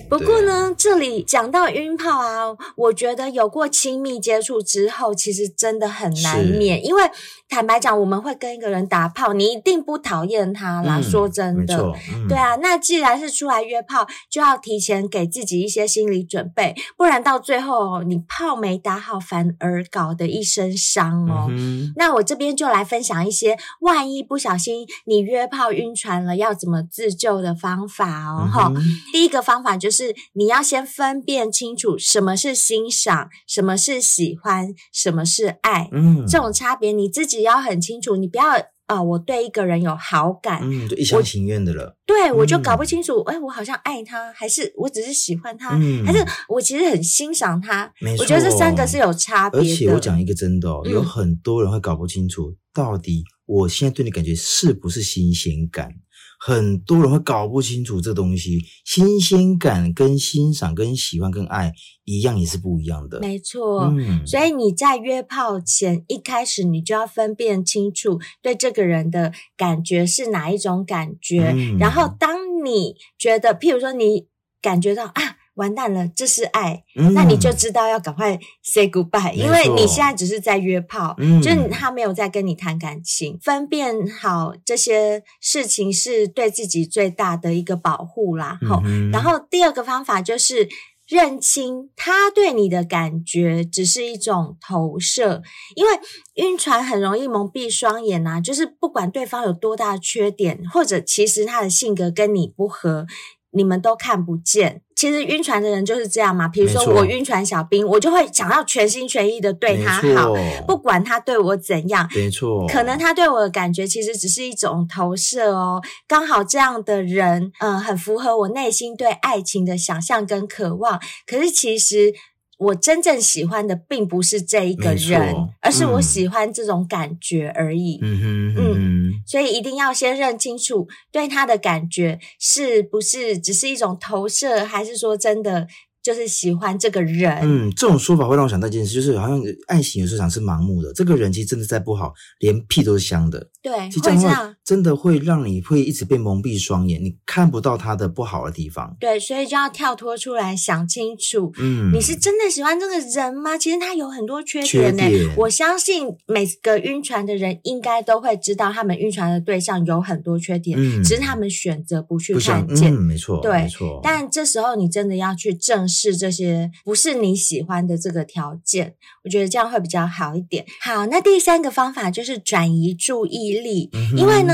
Speaker 2: 不过呢，这里讲到晕炮啊，我觉得有过亲密接触之后，其实真的很难
Speaker 3: 是
Speaker 2: 免，因为坦白讲，我们会跟一个人打炮，你一定不讨厌他啦。
Speaker 3: 嗯
Speaker 2: 说真
Speaker 3: 没
Speaker 2: 的，
Speaker 3: 错，嗯
Speaker 2: 对，啊，那既然是出来约炮，就要提前给自己一些心理准备，不然到最后哦你炮没打好，反而搞得一身伤哦。
Speaker 3: 嗯
Speaker 2: 那我这边就来分享一些，万一不小心你约炮晕船了，要怎么自救的方法哦。
Speaker 3: 哼，
Speaker 2: 哈、
Speaker 3: 嗯哼
Speaker 2: 第一个方法就是你要先分辨清楚什么是欣赏，什么是喜欢，什么是爱，
Speaker 3: 嗯，
Speaker 2: 这种差别你自己要很清楚，你不要啊、我对一个人有好感，
Speaker 3: 嗯，就一厢情愿的了。
Speaker 2: 对，我就搞
Speaker 3: 嗯
Speaker 2: 不清楚，哎、我好像爱他，还是我只是喜欢他，
Speaker 3: 嗯
Speaker 2: 啊还是我其实很欣赏他？
Speaker 3: 没
Speaker 2: 我觉得这
Speaker 3: 错
Speaker 2: 三个是有差别
Speaker 3: 而
Speaker 2: 的。
Speaker 3: 且我讲一个真的哦，
Speaker 2: 嗯
Speaker 3: 有很多人会搞不清楚到底我现在对你感觉是不是新鲜感。很多人会搞不清楚这东西，新鲜感跟欣赏、跟喜欢、跟爱一样，也是不一样的。
Speaker 2: 没错。
Speaker 3: 嗯，
Speaker 2: 所以你在约炮前一开始，你就要分辨清楚对这个人的感觉是哪一种感觉。
Speaker 3: 嗯
Speaker 2: 然后，当你觉得，譬如说你感觉到啊，完蛋了，这是爱，
Speaker 3: 嗯
Speaker 2: 那你就知道要赶快 say goodbye，
Speaker 3: 没错
Speaker 2: 因为你现在只是在约炮，
Speaker 3: 嗯
Speaker 2: 就是他没有在跟你谈感情。分辨好这些事情是对自己最大的一个保护啦。吼、
Speaker 3: 嗯哼
Speaker 2: 然后第二个方法就是。认清他对你的感觉只是一种投射，因为晕船很容易蒙蔽双眼啊。就是不管对方有多大的缺点，或者其实他的性格跟你不合，你们都看不见。其实晕船的人就是这样嘛，比如说
Speaker 3: 没错
Speaker 2: 我晕船小兵，我就会想要全心全意的对他好，
Speaker 3: 没错
Speaker 2: 不管他对我怎样。
Speaker 3: 没错，
Speaker 2: 可能他对我的感觉其实只是一种投射哦，刚好这样的呃人，嗯、很符合我内心对爱情的想象跟渴望。可是其实我真正喜欢的并不是这一个
Speaker 3: 没错
Speaker 2: 人，而是我
Speaker 3: 嗯
Speaker 2: 喜欢这种感觉而已。
Speaker 3: 嗯哼嗯
Speaker 2: 所以一定要先认清楚对他的感觉是不是只是一种投射，还是说真的就是喜欢这个人？
Speaker 3: 哼嗯，这种说法会让我想到一件事，就是好像爱情有时候常是盲目的，这个人其实真的再不好，连屁都是香的。
Speaker 2: 对，
Speaker 3: 其实
Speaker 2: 哎会
Speaker 3: 这
Speaker 2: 这
Speaker 3: 样
Speaker 2: 样
Speaker 3: 会。真的会让你会一直被蒙蔽双眼，你看不到他的不好的地方。
Speaker 2: 对，所以就要跳脱出来想清楚。
Speaker 3: 嗯，
Speaker 2: 你是真的喜欢这个人吗？其实他有很多缺
Speaker 3: 缺
Speaker 2: 点呢、
Speaker 3: 点
Speaker 2: 我相信每个晕船的人应该都会知道，他们晕船的对象有很多缺点，
Speaker 3: 嗯
Speaker 2: 只是他们选择不去
Speaker 3: 不想
Speaker 2: 看见。
Speaker 3: 嗯，没错，
Speaker 2: 对
Speaker 3: 没错。
Speaker 2: 但这时候你真的要去正视这些不是你喜欢的这个条件，我觉得这样会比较好一点。好，那第三个方法就是转移注意力，
Speaker 3: 嗯哼
Speaker 2: 因为呢。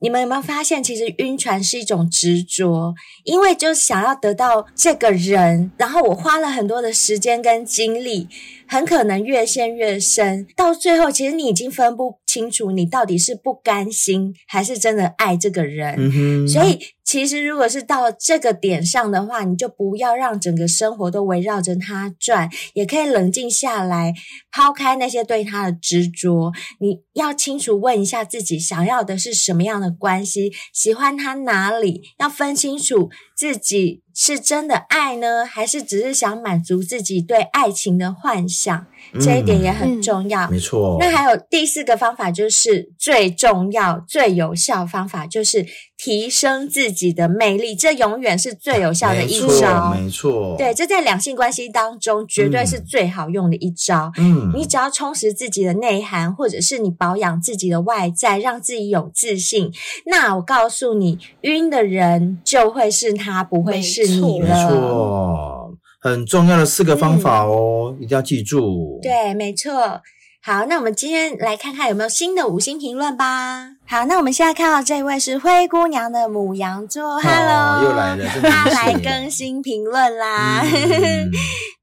Speaker 2: 你们有没有发现，其实晕船是一种执着，因为就想要得到这个人，然后我花了很多的时间跟精力，很可能越陷越深，到最后，其实你已经分不清楚你到底是不甘心，还是真的爱这个人。
Speaker 3: 嗯哼，
Speaker 2: 所以，其实如果是到这个点上的话，你就不要让整个生活都围绕着他转，也可以冷静下来，抛开那些对他的执着。你要清楚问一下自己，想要的是什么样的关系，喜欢他哪里，要分清楚自己是真的爱呢，还是只是想满足自己对爱情的幻想。这一点也很
Speaker 1: 嗯
Speaker 2: 重要。
Speaker 3: 没错。
Speaker 2: 那还有第四个方法，就是最重要、最有效方法，就是提升自己的魅力，这永远是最有效的一
Speaker 3: 没错
Speaker 2: 招。
Speaker 3: 没错，
Speaker 2: 对，，这在两性关系当中绝对是最好用的一招。
Speaker 3: 嗯，
Speaker 2: 你只要充实自己的内涵，或者是你保养自己的外在，让自己有自信，那我告诉你，晕的人就会是他，不会是
Speaker 1: 没
Speaker 2: 你
Speaker 3: 没
Speaker 2: 了。
Speaker 3: 错，很重要的四个方法哦，一定要记住。，
Speaker 2: 嗯
Speaker 3: 哦
Speaker 2: 对，没错。好，那我们今天来看看有没有新的五星评论吧。好，那我们现在看到这位是灰姑娘的母羊座，Hello，、
Speaker 3: 哦又来了真的
Speaker 2: 她
Speaker 3: 很
Speaker 2: 来
Speaker 3: 谢
Speaker 2: 更新评论啦。
Speaker 3: 嗯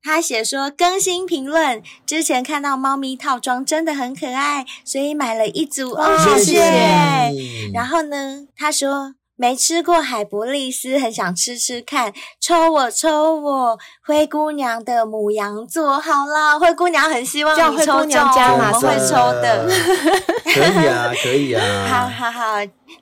Speaker 2: 他写说更新评论，之前看到猫咪套装真的很可爱，所以买了一组
Speaker 3: 嗯
Speaker 2: 哦，
Speaker 1: 谢
Speaker 2: 谢
Speaker 1: 谢
Speaker 2: 然后呢，他说没吃过海博利斯，很想吃吃看，抽我抽我，灰姑娘的母羊座，好啦，灰姑娘很希望
Speaker 1: 叫
Speaker 2: 你
Speaker 1: 灰
Speaker 2: 抽
Speaker 1: 姑娘
Speaker 2: 中
Speaker 1: 加
Speaker 2: 我
Speaker 1: 码
Speaker 2: 们
Speaker 1: 真
Speaker 2: 会抽的。
Speaker 3: 可以啊，可以
Speaker 2: 好
Speaker 3: 啊。
Speaker 2: 好好，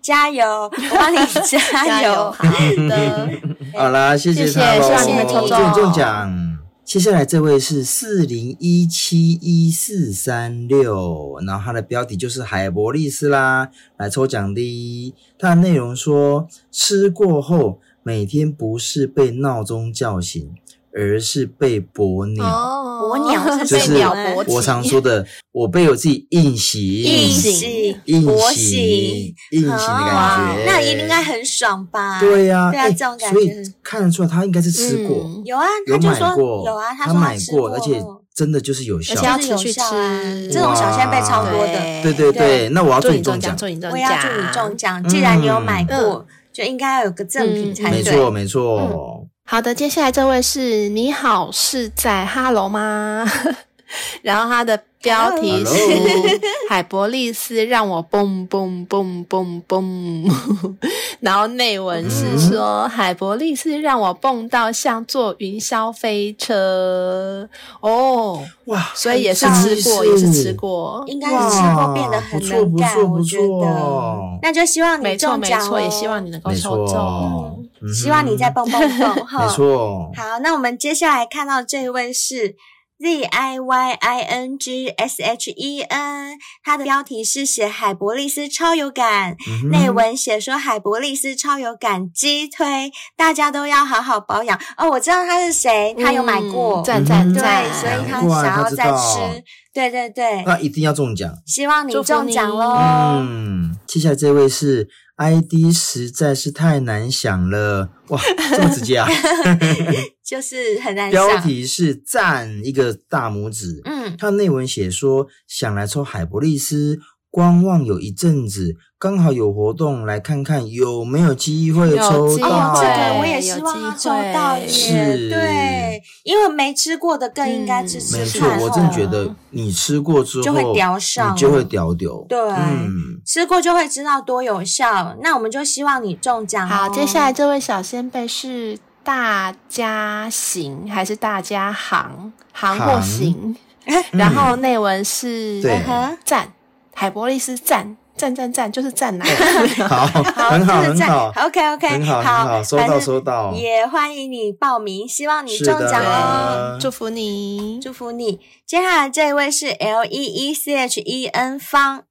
Speaker 2: 加油！我 帮你加
Speaker 1: 加
Speaker 2: 油。
Speaker 1: 油
Speaker 2: 好的，
Speaker 3: 好啦，谢
Speaker 1: 谢谢
Speaker 3: 他喽，
Speaker 1: 希
Speaker 2: 望你们抽中
Speaker 3: 祝你中奖。接下来这位是四零一七一四三六，然后他的标题就是海博利斯啦，来抽奖的。它的内容说，吃过后每天不是被闹钟叫醒，而是被捕鸟。
Speaker 1: 哦
Speaker 2: 我鸟是
Speaker 3: 就
Speaker 1: 被
Speaker 3: 是
Speaker 2: 被
Speaker 1: 鸟
Speaker 2: 哎
Speaker 1: 搏
Speaker 3: 我
Speaker 1: 击
Speaker 3: 常说的，我被我自己 硬醒，
Speaker 2: 硬
Speaker 1: 醒
Speaker 2: 系
Speaker 3: 硬
Speaker 2: 勃
Speaker 3: 醒
Speaker 2: 起，，
Speaker 3: 硬醒的感
Speaker 2: 哦
Speaker 3: 觉，
Speaker 2: 那一定应该很爽吧？
Speaker 3: 对呀、
Speaker 2: 对啊
Speaker 3: 哎
Speaker 2: 这种感
Speaker 3: 所
Speaker 2: 觉
Speaker 3: 以看得出来他应该是吃过，
Speaker 1: 嗯
Speaker 2: 有啊，他
Speaker 3: 有
Speaker 2: 就
Speaker 3: 买
Speaker 2: 说
Speaker 3: 过，
Speaker 2: 有啊，他
Speaker 3: 他
Speaker 2: 说
Speaker 3: 买
Speaker 2: 吃
Speaker 3: 过，而且真的就是有
Speaker 1: 而
Speaker 3: 效
Speaker 1: 且。要
Speaker 2: 就是有
Speaker 1: 持续
Speaker 2: 效啊
Speaker 1: 吃，
Speaker 2: 这种小鲜贝超多的，
Speaker 1: 对
Speaker 3: 对
Speaker 2: 对
Speaker 3: 对对，那我要
Speaker 1: 祝
Speaker 3: 祝
Speaker 1: 你
Speaker 3: 你
Speaker 1: 中
Speaker 3: 中
Speaker 1: 奖，祝你中奖，
Speaker 2: 我也要祝啊你
Speaker 3: 嗯
Speaker 2: 中奖。既然你有买过，
Speaker 1: 嗯
Speaker 2: 就应该要有个赠品
Speaker 1: 奖
Speaker 2: 才对。嗯
Speaker 3: 没错没错，
Speaker 1: 好的，接下来这位是你好，是在 Hello 吗？ 然后他的标题是
Speaker 3: Hello
Speaker 1: 海博利斯让我蹦蹦蹦蹦蹦， 然后内文是
Speaker 3: 嗯
Speaker 1: 说、海博利斯让我蹦到像坐云霄飞车哦，
Speaker 3: 哇，哎
Speaker 1: 所以也是
Speaker 2: 真
Speaker 1: 吃过，也是吃过，
Speaker 2: 应该是吃过变得很能干，
Speaker 3: 哇不错
Speaker 2: 我觉
Speaker 3: 不
Speaker 2: 得
Speaker 3: 错。
Speaker 2: 那就希望你
Speaker 1: 没错
Speaker 2: 中
Speaker 1: 没
Speaker 2: 奖
Speaker 1: 错，
Speaker 2: 哦
Speaker 1: 也希望你能够
Speaker 3: 没
Speaker 1: 抽
Speaker 3: 错
Speaker 1: 中。，
Speaker 3: 嗯哼嗯
Speaker 2: 希望你嗯再蹦蹦蹦哈。
Speaker 3: 没。错，
Speaker 2: 好，那我们接下来看到这位是 Z I Y I N G S H E N，它的标题是写海博利斯超有感，
Speaker 3: 嗯哼
Speaker 2: 内文写说海博利斯超有感激推，大家都要好好保养。哦，我知道他是谁，他有买过，
Speaker 1: 嗯赞
Speaker 3: 嗯
Speaker 1: 赞
Speaker 2: 对，
Speaker 1: 赞，
Speaker 2: 所以他
Speaker 3: 难怪
Speaker 2: 想
Speaker 3: 他
Speaker 2: 要
Speaker 3: 知
Speaker 2: 再
Speaker 3: 道
Speaker 2: 吃。对对对，
Speaker 3: 那一定要中奖。
Speaker 2: 希望你
Speaker 1: 祝福
Speaker 2: 中奖
Speaker 1: 你
Speaker 2: 喽。
Speaker 3: 嗯，接下来这位是 ID 实在是太难想了，哇，这么直接 啊！
Speaker 2: 就是很难想。
Speaker 3: 标题是赞一个大拇指，
Speaker 2: 嗯，
Speaker 3: 它内文写说想来抽海博利斯，观望有一阵子，刚好有活动来看看有没有机会抽
Speaker 1: 有机会
Speaker 3: 到。
Speaker 2: 哦，这个我也
Speaker 1: 有
Speaker 2: 希
Speaker 1: 机
Speaker 2: 望他抽到耶。
Speaker 1: 会
Speaker 3: 是
Speaker 2: 对，因为没吃过的更应该
Speaker 1: 嗯
Speaker 2: 吃
Speaker 3: 没
Speaker 2: 吃
Speaker 3: 错
Speaker 2: 看、，哦
Speaker 3: 我真的觉得你吃过之后
Speaker 2: 就会叼上
Speaker 3: 你就会屌屌。
Speaker 2: 对
Speaker 3: 嗯，
Speaker 2: 吃过就会知道多有效。那我们就希望你中奖、哦。
Speaker 1: 好，接下来这位小先辈是大家行还是大家行行嗯
Speaker 3: 行
Speaker 1: 或 行，然后内文是
Speaker 3: 对
Speaker 2: 嗯
Speaker 1: 赞，海博利斯赞赞赞赞，哎就是赞啊奶。
Speaker 3: 好，
Speaker 2: 好，
Speaker 3: 很好，
Speaker 2: 就是
Speaker 3: 很
Speaker 2: 赞
Speaker 3: 好，
Speaker 2: ，OK OK，
Speaker 3: 很好，很好，收到，收到，
Speaker 2: 也欢迎你报名，希望你
Speaker 3: 是
Speaker 2: 中奖哦。
Speaker 3: 的，
Speaker 1: 祝福你，
Speaker 2: 祝福你。接下来这一位是 L E E C H E N 方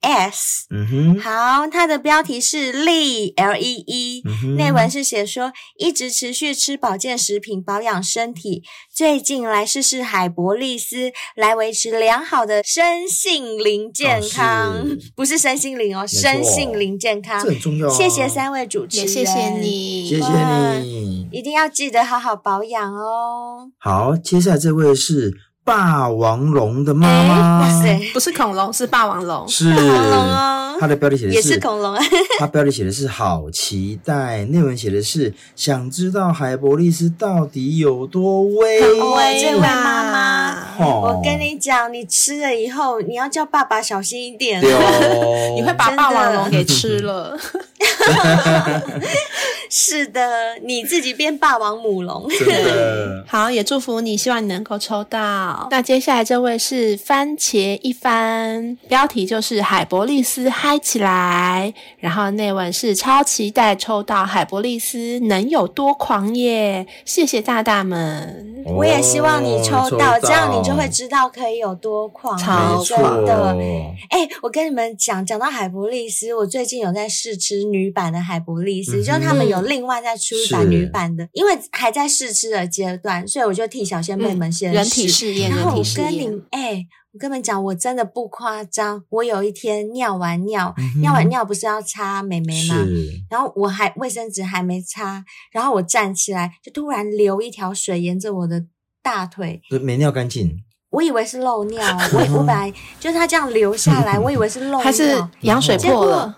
Speaker 2: S，
Speaker 3: 嗯哼，
Speaker 2: 好，它的标题是丽 L E E，
Speaker 3: 嗯哼，
Speaker 2: 内文是写说一直持续吃保健食品保养身体，最近来试试海博利斯来维持良好的身心灵健康，
Speaker 3: 哦是
Speaker 2: 不是身心灵哦，
Speaker 3: 错
Speaker 2: 身心灵健康
Speaker 3: 这。很重要啊，
Speaker 2: 谢谢三位主持
Speaker 1: 也
Speaker 2: 人，
Speaker 1: 谢谢，你，
Speaker 3: 谢谢你。
Speaker 2: 一定要记得好好保养哦。
Speaker 3: 好，接下来这位是霸王龙的妈妈，
Speaker 2: 哇塞，
Speaker 1: 不是恐龙，是霸王龙。
Speaker 3: 是
Speaker 2: 恐龙哦
Speaker 3: 它的标题写的
Speaker 2: 也是恐龙啊。
Speaker 3: 它标题写的是好期待，内文写的是想知道海博利斯到底有多威。
Speaker 2: 哦
Speaker 1: 威啊
Speaker 2: 这位
Speaker 1: 啦，
Speaker 2: 妈妈
Speaker 3: 哦
Speaker 2: 啊我跟你讲，你吃了以后，你要叫爸爸小心一点
Speaker 3: 对
Speaker 2: 哦。
Speaker 3: 哦
Speaker 1: 你会把霸王龙给吃了，
Speaker 2: 是的，你自己变霸王母龙。
Speaker 3: 真 的
Speaker 1: 好，也祝福你，希望你能够抽到。那接下来这位是番茄一番，标题就是海博利斯嗨起来，然后内文是超期待抽到海博利斯能有多狂耶！谢谢大大们，
Speaker 3: 哦
Speaker 2: 我也希望你抽
Speaker 3: 抽
Speaker 2: 到，这样你就会知道可以有多狂。
Speaker 1: 超
Speaker 3: 没
Speaker 2: 真
Speaker 3: 错嗯
Speaker 2: 的。哎、我跟你们讲，讲到海博利斯，我最近有在试吃女版的海博利斯，
Speaker 3: 嗯哼
Speaker 2: 就是他们有另外再出一版
Speaker 3: 是
Speaker 2: 女版的，因为还在试吃的阶段，所以我就替小仙妹们先
Speaker 1: 人嗯体试
Speaker 2: 试
Speaker 1: 验，
Speaker 2: 然
Speaker 1: 人
Speaker 2: 后
Speaker 1: 体
Speaker 2: 我
Speaker 1: 试
Speaker 2: 跟
Speaker 1: 验，
Speaker 2: 你哎、我跟你们讲，我真的不夸张，我有一天尿完尿，
Speaker 3: 嗯哼
Speaker 2: 尿完尿不是要擦美眉吗？
Speaker 3: 是
Speaker 2: 然后我还卫生纸还没擦，然后我站起来就突然流一条水沿着我的大腿，
Speaker 3: 对没尿干净，
Speaker 2: 我以为是漏尿，我我本来就是它这样流下来，我以为是漏尿，
Speaker 1: 还是羊水
Speaker 2: 结
Speaker 1: 破
Speaker 2: 果
Speaker 1: 了，，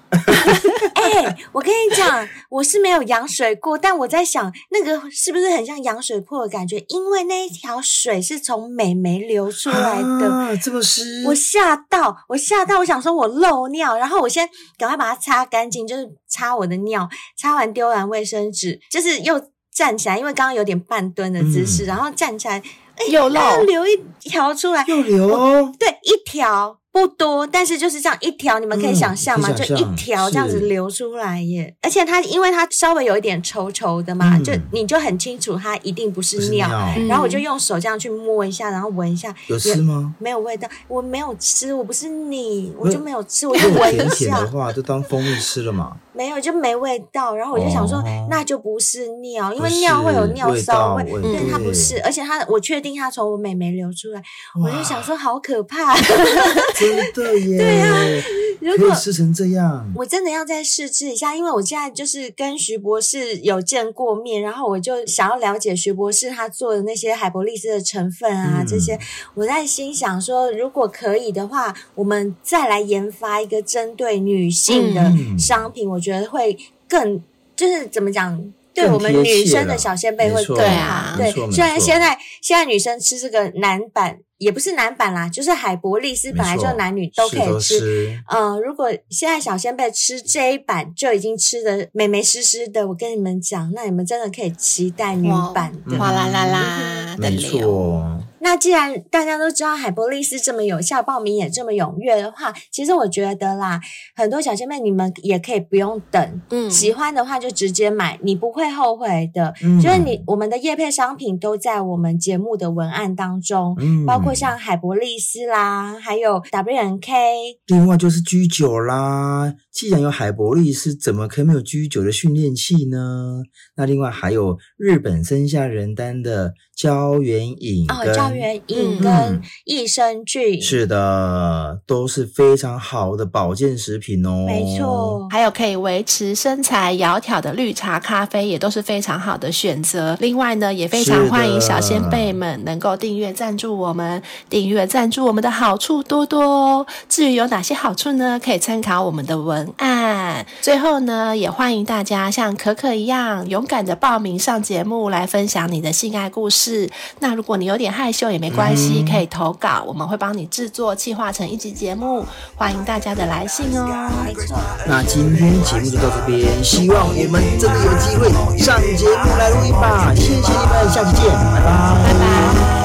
Speaker 2: 哎、我跟你讲，我是没有羊水过，但我在想，那个是不是很像羊水破的感觉？因为那一条水是从美眉流出来的。
Speaker 3: 啊，这个是
Speaker 2: 我吓到，我吓到，我想说我漏尿，然后我先赶快把它擦干净，就是擦我的尿，擦完丢完卫生纸，就是又站起来，因为刚刚有点半蹲的姿势，
Speaker 3: 嗯
Speaker 2: 然后站起来，哎，
Speaker 1: 又漏
Speaker 2: 然后流一条出来，
Speaker 3: 又流哦，
Speaker 2: 对，一条不多，但是就是这样一条，你们可以
Speaker 3: 嗯
Speaker 2: 想象吗？
Speaker 3: 可以想
Speaker 2: 就
Speaker 3: 象
Speaker 2: 一条这样子
Speaker 3: 是
Speaker 2: 流出来耶，而且它因为它稍微有一点稠稠的嘛，
Speaker 3: 嗯
Speaker 2: 就你就很清楚它一定不
Speaker 3: 不
Speaker 2: 是
Speaker 3: 是
Speaker 2: 尿。
Speaker 1: 嗯
Speaker 2: 然后我就用手这样去摸一下，然后闻一下，
Speaker 3: 有吃吗？
Speaker 2: 没有味道，我没有吃，我不是你，我
Speaker 3: 那
Speaker 2: 就没有吃，我
Speaker 3: 如
Speaker 2: 就
Speaker 3: 果
Speaker 2: 闻一
Speaker 3: 甜甜的
Speaker 2: 下，
Speaker 3: 话，就当蜂蜜吃 了嘛。
Speaker 2: 没有就没味道。然后我就想说，
Speaker 3: 哦
Speaker 2: 那就不是尿，因
Speaker 3: 不
Speaker 2: 为
Speaker 3: 是
Speaker 2: 尿会有尿
Speaker 3: 味
Speaker 2: 骚
Speaker 3: 道
Speaker 2: 味，
Speaker 3: 味
Speaker 2: 对，它
Speaker 3: 对
Speaker 2: 不是，而且它我确定它从我妹妹流出来，我就
Speaker 3: 哇
Speaker 2: 想说好可怕。
Speaker 3: 真的耶，对啊，
Speaker 2: 如
Speaker 3: 可
Speaker 2: 果
Speaker 3: 以吃成这样，
Speaker 2: 我真的要再试吃一下，因为我现在就是跟徐博士有见过面，然后我就想要了解徐博士他做的那些海博利斯的成分啊，
Speaker 3: 嗯
Speaker 2: 这些。我在心想说，如果可以的话，我们再来研发一个针对女性的
Speaker 3: 嗯
Speaker 2: 商品，我觉得会更就是怎么讲？对
Speaker 3: 更
Speaker 2: 我们
Speaker 3: 贴
Speaker 2: 女
Speaker 3: 切
Speaker 2: 生的
Speaker 3: 了
Speaker 2: 小仙贝会
Speaker 3: 没错
Speaker 2: 更
Speaker 1: 对
Speaker 2: 好
Speaker 1: 啊，
Speaker 2: 对
Speaker 3: 没错，没
Speaker 2: 虽然
Speaker 3: 错
Speaker 2: 现在现在女生吃这个男版也不是男版啦，就是海博利斯
Speaker 3: 没
Speaker 2: 本来就
Speaker 3: 错
Speaker 2: 男女都
Speaker 3: 是
Speaker 2: 可以吃，
Speaker 3: 吃
Speaker 2: 嗯，如果现在小仙贝吃这一版就已经吃的美美湿湿的，我跟你们讲，那你们真的可以期待女版的。
Speaker 3: 嗯
Speaker 1: 哗啦啦啦的
Speaker 3: 没
Speaker 1: 流，
Speaker 3: 错，
Speaker 2: 那既然大家都知道海博利斯这么有效，报名也这么踊跃的话，其实我觉得啦，很多小仙妹你们也可以不用等，
Speaker 1: 嗯
Speaker 2: 喜欢的话就直接买，你不会后悔的。
Speaker 3: 嗯
Speaker 2: 就是你我们的叶配商品都在我们节目的文案当中。
Speaker 3: 嗯
Speaker 2: 包括像海博利斯啦，还有 W N K，
Speaker 3: 另外就是 G 九啦，既然有海博力斯，怎么可以没有 G 九的训练器呢？那另外还有日本生下人丹的胶原饮
Speaker 2: 哦，
Speaker 3: 跟
Speaker 2: 赵元颖
Speaker 1: 嗯
Speaker 2: 跟益生菌，
Speaker 3: 是的，都是非常好的保健食品哦。
Speaker 2: 没错，
Speaker 1: 还有可以维持身材窈窕的绿茶咖啡也都是非常好的选择。另外呢，也非常欢迎小先辈们能够订阅赞助我们，订阅赞助我们的好处多多哦。至于有哪些好处呢？可以参考我们的文案。最后呢，也欢迎大家像可可一样勇敢的报名上节目来分享你的性爱故事。那如果你有点害秀也没关系，
Speaker 3: 嗯
Speaker 1: 可以投稿，我们会帮你制作、企划成一集节目，欢迎大家的来信哦。
Speaker 2: 没错，
Speaker 3: 那今天节目就到这边，希望我们真的有机会上节目来录一把，谢谢你们，下期见，拜拜。
Speaker 1: 拜拜。